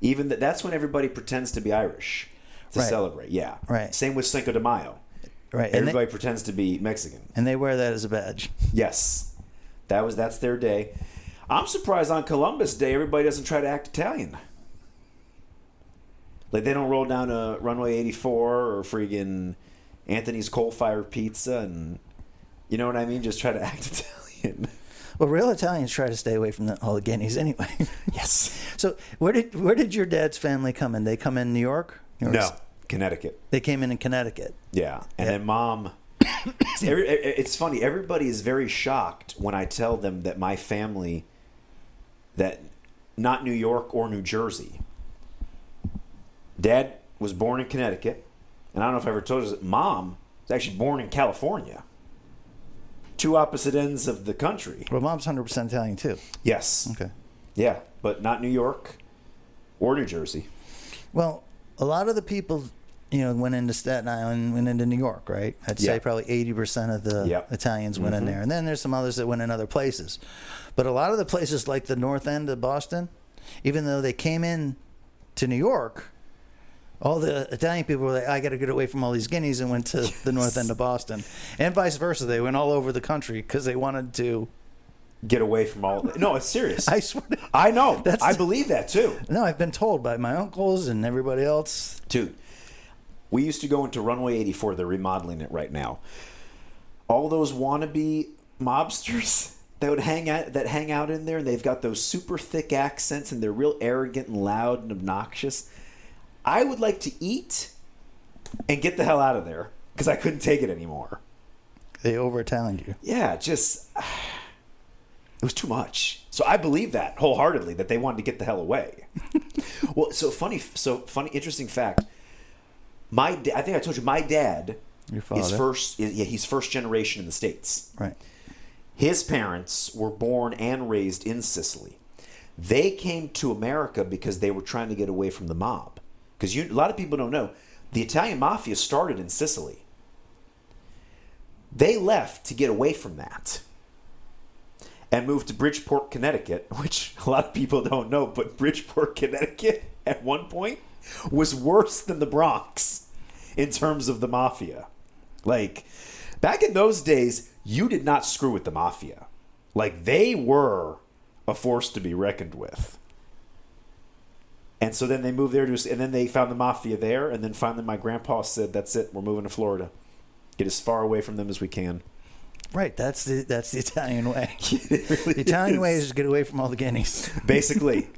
[SPEAKER 4] Even that, that's when everybody pretends to be Irish to
[SPEAKER 3] Right.
[SPEAKER 4] celebrate. Yeah.
[SPEAKER 3] Right.
[SPEAKER 4] Same with Cinco de Mayo.
[SPEAKER 3] Right. And
[SPEAKER 4] Everybody
[SPEAKER 3] they,
[SPEAKER 4] pretends to be Mexican.
[SPEAKER 3] and they wear that as a badge.
[SPEAKER 4] Yes. That was that's their day. I'm surprised on Columbus Day everybody doesn't try to act Italian. Like they don't roll down a runway 84 or freaking Anthony's coal fired pizza and you know what I mean? Just try to act Italian.
[SPEAKER 3] Well, real Italians try to stay away from the, all the guineas anyway.
[SPEAKER 4] Yes.
[SPEAKER 3] so where did where did your dad's family come in? They come in New York. New York
[SPEAKER 4] No.
[SPEAKER 3] Ci-
[SPEAKER 4] Connecticut.
[SPEAKER 3] They came in in Connecticut.
[SPEAKER 4] Yeah, and then mom. it's every- e, it's funny. Everybody is very shocked when I tell them that my family, that not New York or New Jersey. Dad was born in Connecticut, and I don't know if I ever told you. this, Mom was actually born in California. Two opposite ends of the country.
[SPEAKER 3] Well, mom's hundred percent Italian too.
[SPEAKER 4] Yes.
[SPEAKER 3] Okay.
[SPEAKER 4] Yeah, but not New York or New Jersey.
[SPEAKER 3] Well, a lot of the people, you know, went into Staten Island, went into New York, right? I'd
[SPEAKER 4] Yeah.
[SPEAKER 3] say probably eighty percent of the
[SPEAKER 4] Yep. Mm-hmm.
[SPEAKER 3] Italians went in there, and then there's some others that went in other places. But a lot of the places, like the North End of Boston, even though they came in to New York, all the Italian people were like, "I got to get away from all these guineas," and went to the North End of Boston, and vice versa. They went all over the country because they wanted to.
[SPEAKER 4] Get away from all. No, it's serious.
[SPEAKER 3] I swear. To,
[SPEAKER 4] I know.
[SPEAKER 3] That's-
[SPEAKER 4] I believe that too.
[SPEAKER 3] no, I've been told by my uncles and everybody else.
[SPEAKER 4] Dude, we used to go into Runway 84. They're remodeling it right now. All those wannabe mobsters that would hang out that hang out in there, and they've got those super thick accents, and they're real arrogant and loud and obnoxious. I would like to eat and get the hell out of there because I couldn't take it anymore.
[SPEAKER 3] They over Italian you.
[SPEAKER 4] Yeah, just it was too much. So I believe that wholeheartedly that they wanted to get the hell away. well, so funny, so funny, interesting fact. My, da- I think I told you, my dad
[SPEAKER 3] Your
[SPEAKER 4] is
[SPEAKER 3] father.
[SPEAKER 4] first. Yeah, he's first generation in the states.
[SPEAKER 3] Right.
[SPEAKER 4] His parents were born and raised in Sicily. They came to America because they were trying to get away from the mob. Because a lot of people don't know, the Italian mafia started in Sicily. They left to get away from that and moved to Bridgeport, Connecticut, which a lot of people don't know, but Bridgeport, Connecticut at one point was worse than the Bronx. in terms of the mafia. Like back in those days, you did not screw with the mafia. Like they were a force to be reckoned with. And so then they moved there to, and then they found the mafia there, and then finally my grandpa said, "That's it, we're moving to Florida. Get as far away from them as we can."
[SPEAKER 3] Right. That's the that's the Italian way. the Italian way is to get away from all the guineas,
[SPEAKER 4] Basically,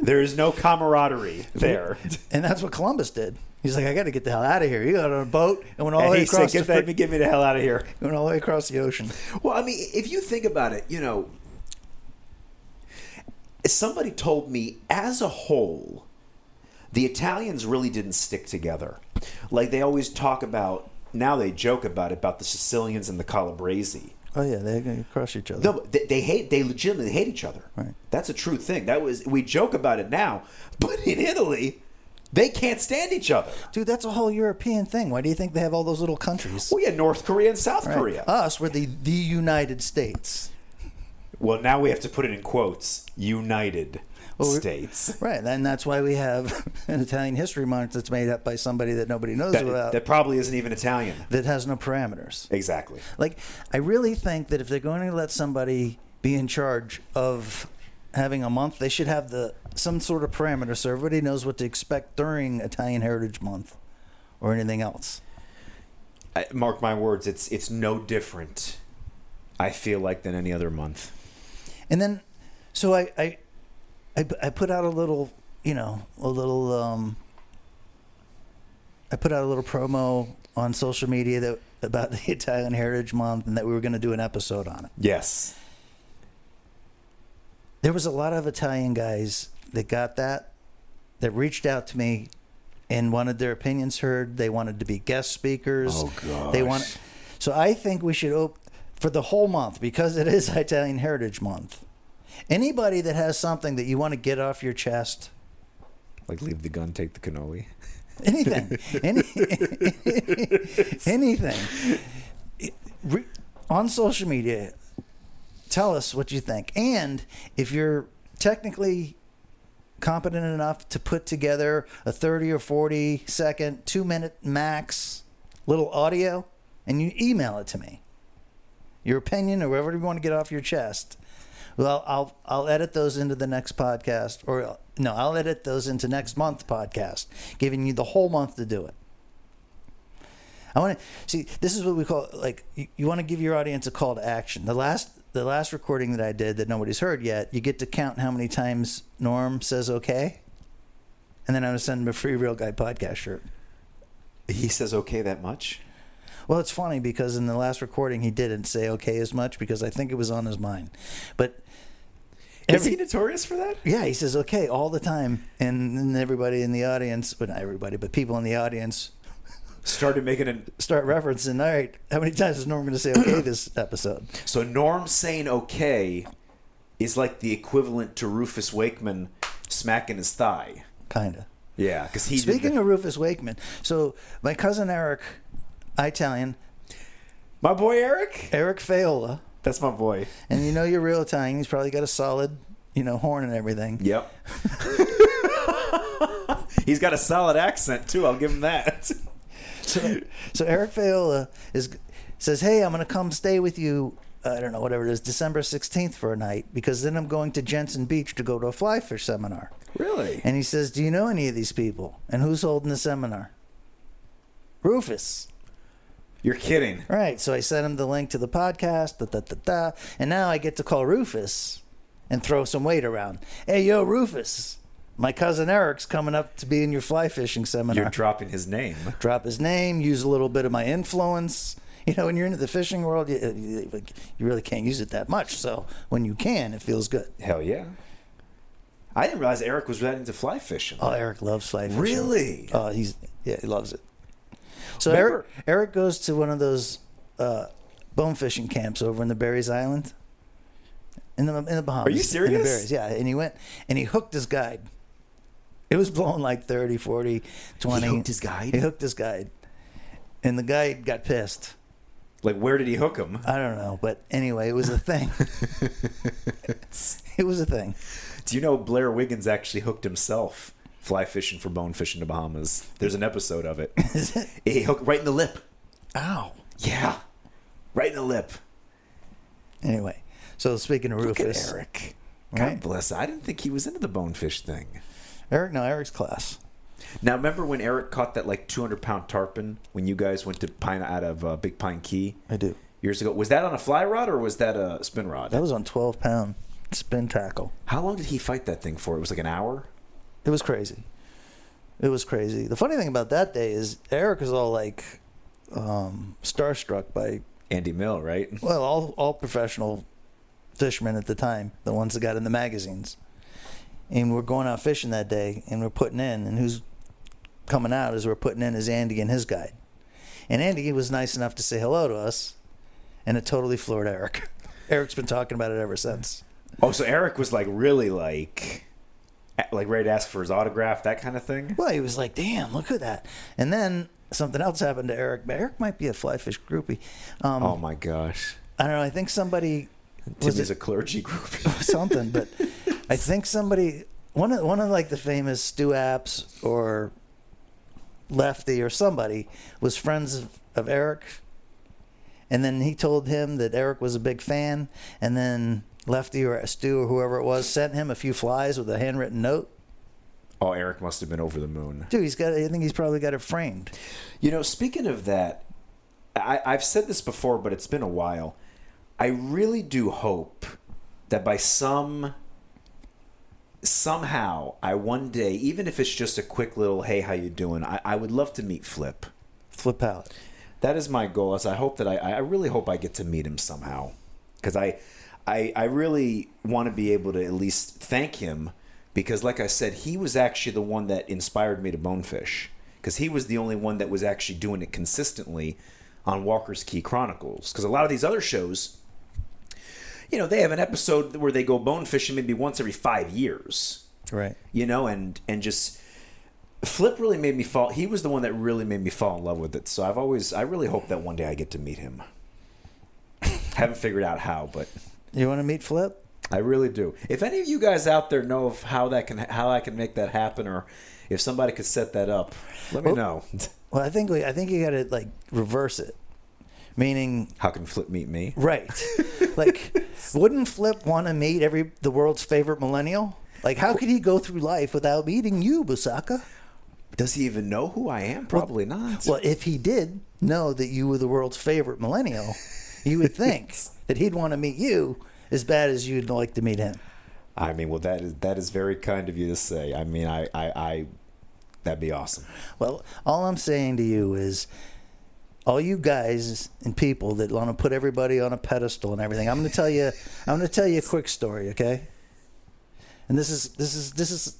[SPEAKER 4] there is no camaraderie there.
[SPEAKER 3] and that's what Columbus did. He's like, I got to get the hell out of here. He got on a boat and went all the
[SPEAKER 4] And
[SPEAKER 3] way
[SPEAKER 4] he said,
[SPEAKER 3] across the
[SPEAKER 4] "Get that,
[SPEAKER 3] fr-
[SPEAKER 4] get me the hell out of here."
[SPEAKER 3] went all the way across the ocean.
[SPEAKER 4] Well, I mean, if you think about it, you know, somebody told me as a whole, the Italians really didn't stick together. Like they always talk about, now they joke about it, about the Sicilians and the Calabresi.
[SPEAKER 3] Oh yeah, they're gonna crush each other.
[SPEAKER 4] No, but they, they hate. They legitimately hate each other.
[SPEAKER 3] Right.
[SPEAKER 4] That's a true thing. That was we joke about it now, but in Italy, they can't stand each other.
[SPEAKER 3] Dude, that's a whole European thing. Why do you think they have all those little countries?
[SPEAKER 4] We had North Korea and South
[SPEAKER 3] Right? Uh,
[SPEAKER 4] Korea.
[SPEAKER 3] Us, we're the the United States.
[SPEAKER 4] Well, now we have to put it in quotes: United
[SPEAKER 3] Well, we-
[SPEAKER 4] States.
[SPEAKER 3] Right, and that's why we have an Italian history month that's made up by somebody that nobody knows
[SPEAKER 4] That,
[SPEAKER 3] about
[SPEAKER 4] that probably isn't even Italian.
[SPEAKER 3] that has no parameters.
[SPEAKER 4] Exactly.
[SPEAKER 3] Like, I really think that if they're going to let somebody be in charge of having a month, they should have the some sort of parameter so everybody knows what to expect during Italian Heritage Month or anything else.
[SPEAKER 4] I, mark my words. It's it's no different. I feel like than any other month.
[SPEAKER 3] And then, so I, I, I, I put out a little, you know, a little, um, I put out a little promo on social media that about the Italian Heritage Month and that we were going to do an episode on it.
[SPEAKER 4] Yes.
[SPEAKER 3] there was a lot of Italian guys that got that, that reached out to me and wanted their opinions heard. They wanted to be guest speakers.
[SPEAKER 4] Oh, gosh.
[SPEAKER 3] They want. So I think we should open for the whole month because it is Italian Heritage Month. Anybody that has something that you want to get off your chest,
[SPEAKER 4] Like leave the gun, take the cannoli.
[SPEAKER 3] anything, any, anything, Re- on social media, tell us what you think. And if you're technically competent enough to put together a 30 or 40 second, two minute max little audio, and you email it to me, your opinion or whatever you want to get off your chest. Well, I'll I'll edit those into the next podcast, or no, I'll edit those into next month podcast, giving you the whole month to do it. I want to see. This is what we call like you, you want to give your audience a call to action. The last the last recording that I did that nobody's heard yet, you get to count how many times Norm says okay, and then I'm gonna send him a free Real Guy podcast shirt.
[SPEAKER 4] He says okay that much.
[SPEAKER 3] Well, it's funny because in the last recording he didn't say okay as much because I think it was on his mind, but
[SPEAKER 4] Is he notorious for that?
[SPEAKER 3] yeah, he says okay all the time, and then everybody in the audience, but not everybody, but people in the audience
[SPEAKER 4] Started making an
[SPEAKER 3] start referencing. All right, how many times is Norm going to say okay this episode?
[SPEAKER 4] So Norm saying okay is like the equivalent to Rufus Wakeman smacking his thigh.
[SPEAKER 3] Kinda.
[SPEAKER 4] Yeah, because he
[SPEAKER 3] Speaking
[SPEAKER 4] Did
[SPEAKER 3] of Rufus Wakeman, so my cousin Eric, Italian,
[SPEAKER 4] the- my boy Eric,
[SPEAKER 3] Eric Faola,
[SPEAKER 4] that's my boy.
[SPEAKER 3] and you know you're real Italian. He's probably got a solid, you know, horn and everything.
[SPEAKER 4] Yep. He's got a solid accent too. I'll give him that.
[SPEAKER 3] So, so Eric Faola is says, "Hey, I'm going to come stay with you. I don't know whatever it is, December 16th for a night because then I'm going to Jensen Beach to go to a fly fish seminar."
[SPEAKER 4] Really?
[SPEAKER 3] And he says, "Do you know any of these people? And who's holding the seminar?" Rufus.
[SPEAKER 4] You're kidding.
[SPEAKER 3] Right. So I sent him the link to the podcast, da, da, da, da, and now I get to call Rufus and throw some weight around. Hey, yo, Rufus, my cousin Eric's coming up to be in your fly fishing seminar.
[SPEAKER 4] You're dropping his name.
[SPEAKER 3] Drop his name, use a little bit of my influence. You know, when you're into the fishing world, you, you, like, you really can't use it that much. So when you can, it feels good.
[SPEAKER 4] Hell yeah. I didn't realize Eric was that into fly fishing.
[SPEAKER 3] Oh, Eric loves fly fishing.
[SPEAKER 4] Really?
[SPEAKER 3] Oh, he's yeah, he loves it. So
[SPEAKER 4] Remember-
[SPEAKER 3] Eric Eric goes to one of those uh, bone fishing camps over in the Berries Island, in the in the Bahamas.
[SPEAKER 4] you
[SPEAKER 3] In the
[SPEAKER 4] serious?
[SPEAKER 3] Berries, yeah. And he went and he hooked his guide. It was blowing like 30, 40, 20.
[SPEAKER 4] hooked his guide?
[SPEAKER 3] He hooked his guide, and the guide got pissed.
[SPEAKER 4] Like where did he hook him?
[SPEAKER 3] I don't know, but anyway, it was a thing. it was a thing.
[SPEAKER 4] Do you know Blair Wiggins actually hooked himself fly fishing for bonefish in the Bahamas. There's an episode of it.
[SPEAKER 3] Is it?
[SPEAKER 4] He hooked right in the lip.
[SPEAKER 3] Ow.
[SPEAKER 4] Yeah, right in the lip.
[SPEAKER 3] Anyway, so speaking of
[SPEAKER 4] Look at
[SPEAKER 3] Rufus,
[SPEAKER 4] Eric.
[SPEAKER 3] Right.
[SPEAKER 4] God bless. I didn't think he was into the bonefish thing.
[SPEAKER 3] Eric, no, Eric's class.
[SPEAKER 4] Now remember when Eric caught that like 200 pound tarpon when you guys went to Pine out of uh, Big Pine Key
[SPEAKER 3] I do.
[SPEAKER 4] years ago? Was that on a fly rod or was that a spin rod?
[SPEAKER 3] That was on 12 pound spin tackle.
[SPEAKER 4] How long did he fight that thing for? It was like an hour.
[SPEAKER 3] It was crazy. It was crazy. The funny thing about that day is Eric was all like um, starstruck by
[SPEAKER 4] Andy Mill, right?
[SPEAKER 3] well, all all professional fishermen at the time, the ones that got in the magazines. And we're going out fishing that day, and we're putting in, and who's coming out as we're putting in is Andy and his guide. And Andy was nice enough to say hello to us, and it totally floored Eric. Eric's been talking about it ever since.
[SPEAKER 4] Oh, so Eric was like really like, a- like ready to ask for his autograph, that kind of thing.
[SPEAKER 3] Well, he was like, "Damn, look at that!" And then something else happened to Eric. But Eric might be a fly fish groupie. Um,
[SPEAKER 4] Oh my gosh,
[SPEAKER 3] I don't know. I think somebody was
[SPEAKER 4] Timmy's
[SPEAKER 3] it-
[SPEAKER 4] a clergy groupie.
[SPEAKER 3] something, but I think somebody one of one of like the famous Stu Apps or Lefty or somebody was friends of, of Eric, and then he told him that Eric was a big fan, and then Lefty or Stu or whoever it was sent him a few flies with a handwritten note.
[SPEAKER 4] Oh, Eric must have been over the moon.
[SPEAKER 3] Dude, he's got. I think he's probably got it framed.
[SPEAKER 4] You know, speaking of that, I, I've said this before, but it's been a while. I really do hope that by some somehow I one day, even if it's just a quick little hey, how you doing, I, I would love to meet Flip.
[SPEAKER 3] Flip palette.
[SPEAKER 4] That is my goal. Is I hope that I, I really hope I get to meet him somehow, because I, I, I really want to be able to at least thank him, because like I said, he was actually the one that inspired me to bonefish, because he was the only one that was actually doing it consistently on Walker's Key Chronicles. Because a lot of these other shows, you know, they have an episode where they go bonefishing maybe once every five years,
[SPEAKER 3] Right.
[SPEAKER 4] you know, and and just Flip really made me fall. He was the one that really made me fall in love with it. So I've always, I really hope that one day I get to meet him. Haven't figured out how, but
[SPEAKER 3] You want to meet Flip?
[SPEAKER 4] I really do. If any of you guys out there know of how that can, how I can make that happen, or if somebody could set that up, let me
[SPEAKER 3] Well-
[SPEAKER 4] know.
[SPEAKER 3] Well, I think we. I think you got to like reverse it, meaning
[SPEAKER 4] How can Flip meet me?
[SPEAKER 3] Right. like, wouldn't Flip want to meet every the world's favorite millennial? Like, how could he go through life without meeting you, Busaka?
[SPEAKER 4] Does he even know who I am? Probably not.
[SPEAKER 3] Well, if he did know that you were the world's favorite millennial, you would think that he'd want to meet you as bad as you'd like to meet him.
[SPEAKER 4] I mean, well, that is that is very kind of you to say. I mean, I, I, I that'd be awesome.
[SPEAKER 3] Well, all I'm saying to you is, all you guys and people that want to put everybody on a pedestal and everything, I'm going to tell you, I'm going to tell you a quick story, okay? And this is this is this is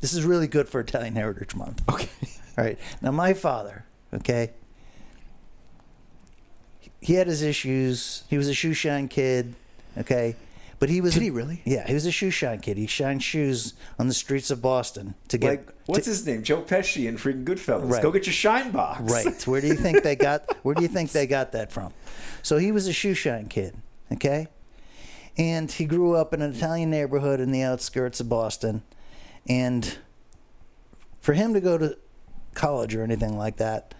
[SPEAKER 3] this is really good for Italian Heritage Month.
[SPEAKER 4] Okay.
[SPEAKER 3] All right. Now, my father, okay, he had his issues. He was a shoe shine kid, okay, but he was
[SPEAKER 4] Did
[SPEAKER 3] a-
[SPEAKER 4] he really?
[SPEAKER 3] Yeah, he was a shoe shine kid. He shined shoes on the streets of Boston to get
[SPEAKER 4] Like, what's his name? Joe Pesci and freaking Goodfellas.
[SPEAKER 3] Right.
[SPEAKER 4] Go get your shine box.
[SPEAKER 3] Right. Where do you think they got where do you think they got that from? So he was a shoe shine kid, okay? And he grew up in an Italian neighborhood in the outskirts of Boston. And for him to go to college or anything like that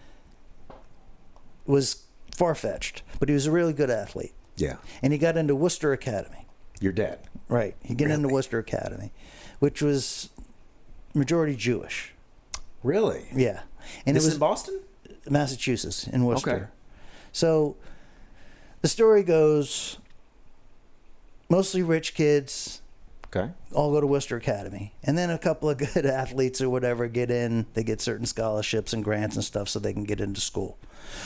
[SPEAKER 3] was far fetched. But he was a really good athlete.
[SPEAKER 4] Yeah.
[SPEAKER 3] And he got into Worcester Academy.
[SPEAKER 4] Your dad.
[SPEAKER 3] Right. He got into Worcester Academy, which was majority Jewish.
[SPEAKER 4] Really?
[SPEAKER 3] Yeah. And
[SPEAKER 4] this
[SPEAKER 3] it was
[SPEAKER 4] in Boston?
[SPEAKER 3] Massachusetts in Worcester.
[SPEAKER 4] Okay.
[SPEAKER 3] So the story goes mostly rich kids
[SPEAKER 4] Okay.
[SPEAKER 3] all go to Worcester Academy. And then a couple of good athletes or whatever get in. They get certain scholarships and grants and stuff so they can get into school.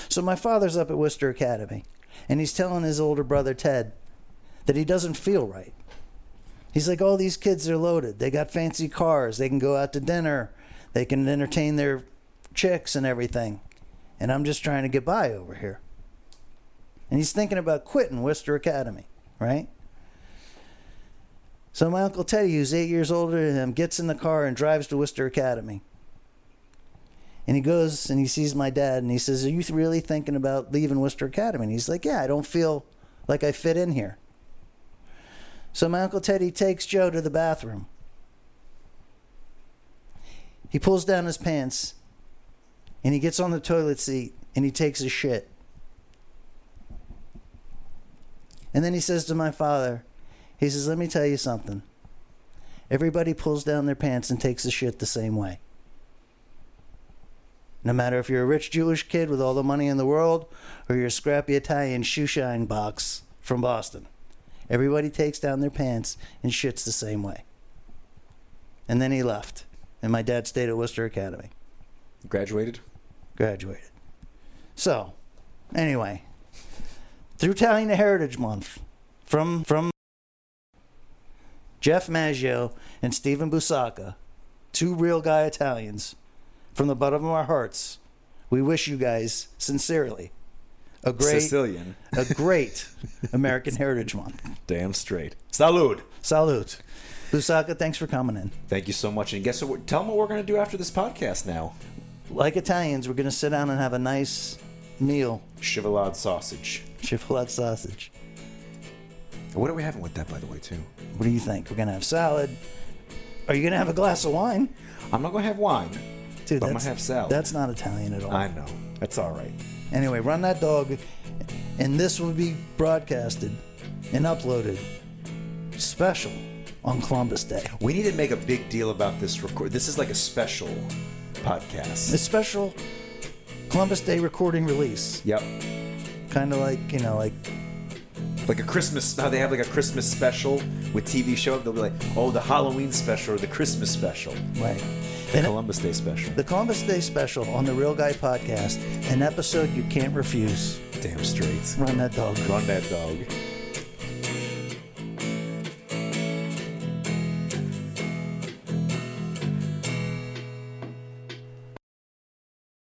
[SPEAKER 3] So my father's up at Worcester Academy and he's telling his older brother Ted that he doesn't feel right. He's like, all these kids are loaded. They got fancy cars. They can go out to dinner. They can entertain their chicks and everything. And I'm just trying to get by over here. And he's thinking about quitting Worcester Academy, right? So my Uncle Teddy, who's eight years older than him, gets in the car and drives to Worcester Academy. And he goes and he sees my dad and he says, Are you really thinking about leaving Worcester Academy? And he's like, Yeah, I don't feel like I fit in here. So my Uncle Teddy takes Joe to the bathroom. He pulls down his pants and he gets on the toilet seat and he takes a shit. And then he says to my father, he says, Let me tell you something. Everybody pulls down their pants and takes a shit the same way. No matter if you're a rich Jewish kid with all the money in the world or you're a scrappy Italian shoeshine box from Boston, everybody takes down their pants and shits the same way. And then he left. And my dad stayed at Worcester Academy,
[SPEAKER 4] Graduated.
[SPEAKER 3] graduated. So, anyway, through Italian Heritage Month, from from Jeff Maggio and Stephen Busaka, two real guy Italians, from the bottom of our hearts, we wish you guys sincerely a great
[SPEAKER 4] Sicilian.
[SPEAKER 3] a great American Heritage Month.
[SPEAKER 4] Damn straight. Salud.
[SPEAKER 3] Salute. Busaka, thanks for coming in.
[SPEAKER 4] Thank you so much. And guess what? Tell them what we're going to do after this podcast now.
[SPEAKER 3] Like Italians, we're going to sit down and have a nice meal,
[SPEAKER 4] Chivalade sausage.
[SPEAKER 3] chipotle sausage.
[SPEAKER 4] What are we having with that, by the way, too?
[SPEAKER 3] What do you think? We're going to have salad. Are you going to have a glass of wine?
[SPEAKER 4] I'm not going to have wine.
[SPEAKER 3] Dude,
[SPEAKER 4] But I'm gonna
[SPEAKER 3] that's-
[SPEAKER 4] have salad.
[SPEAKER 3] That's not Italian at all.
[SPEAKER 4] I know. That's all right.
[SPEAKER 3] Anyway, run that dog, and this will be broadcasted and uploaded special on Columbus Day.
[SPEAKER 4] We need to make a big deal about this record. This is like a special podcast.
[SPEAKER 3] A special Columbus Day recording release,
[SPEAKER 4] Yep.
[SPEAKER 3] kind of like you know, like
[SPEAKER 4] Like a Christmas, how they have like a Christmas special with TV show. They'll be like, oh, the Halloween special or the Christmas special,
[SPEAKER 3] right.
[SPEAKER 4] the
[SPEAKER 3] And-
[SPEAKER 4] Columbus Day special.
[SPEAKER 3] The Columbus Day special on the Real Guy Podcast, an episode you can't refuse.
[SPEAKER 4] Damn straight.
[SPEAKER 3] Run that dog.
[SPEAKER 4] Run that dog.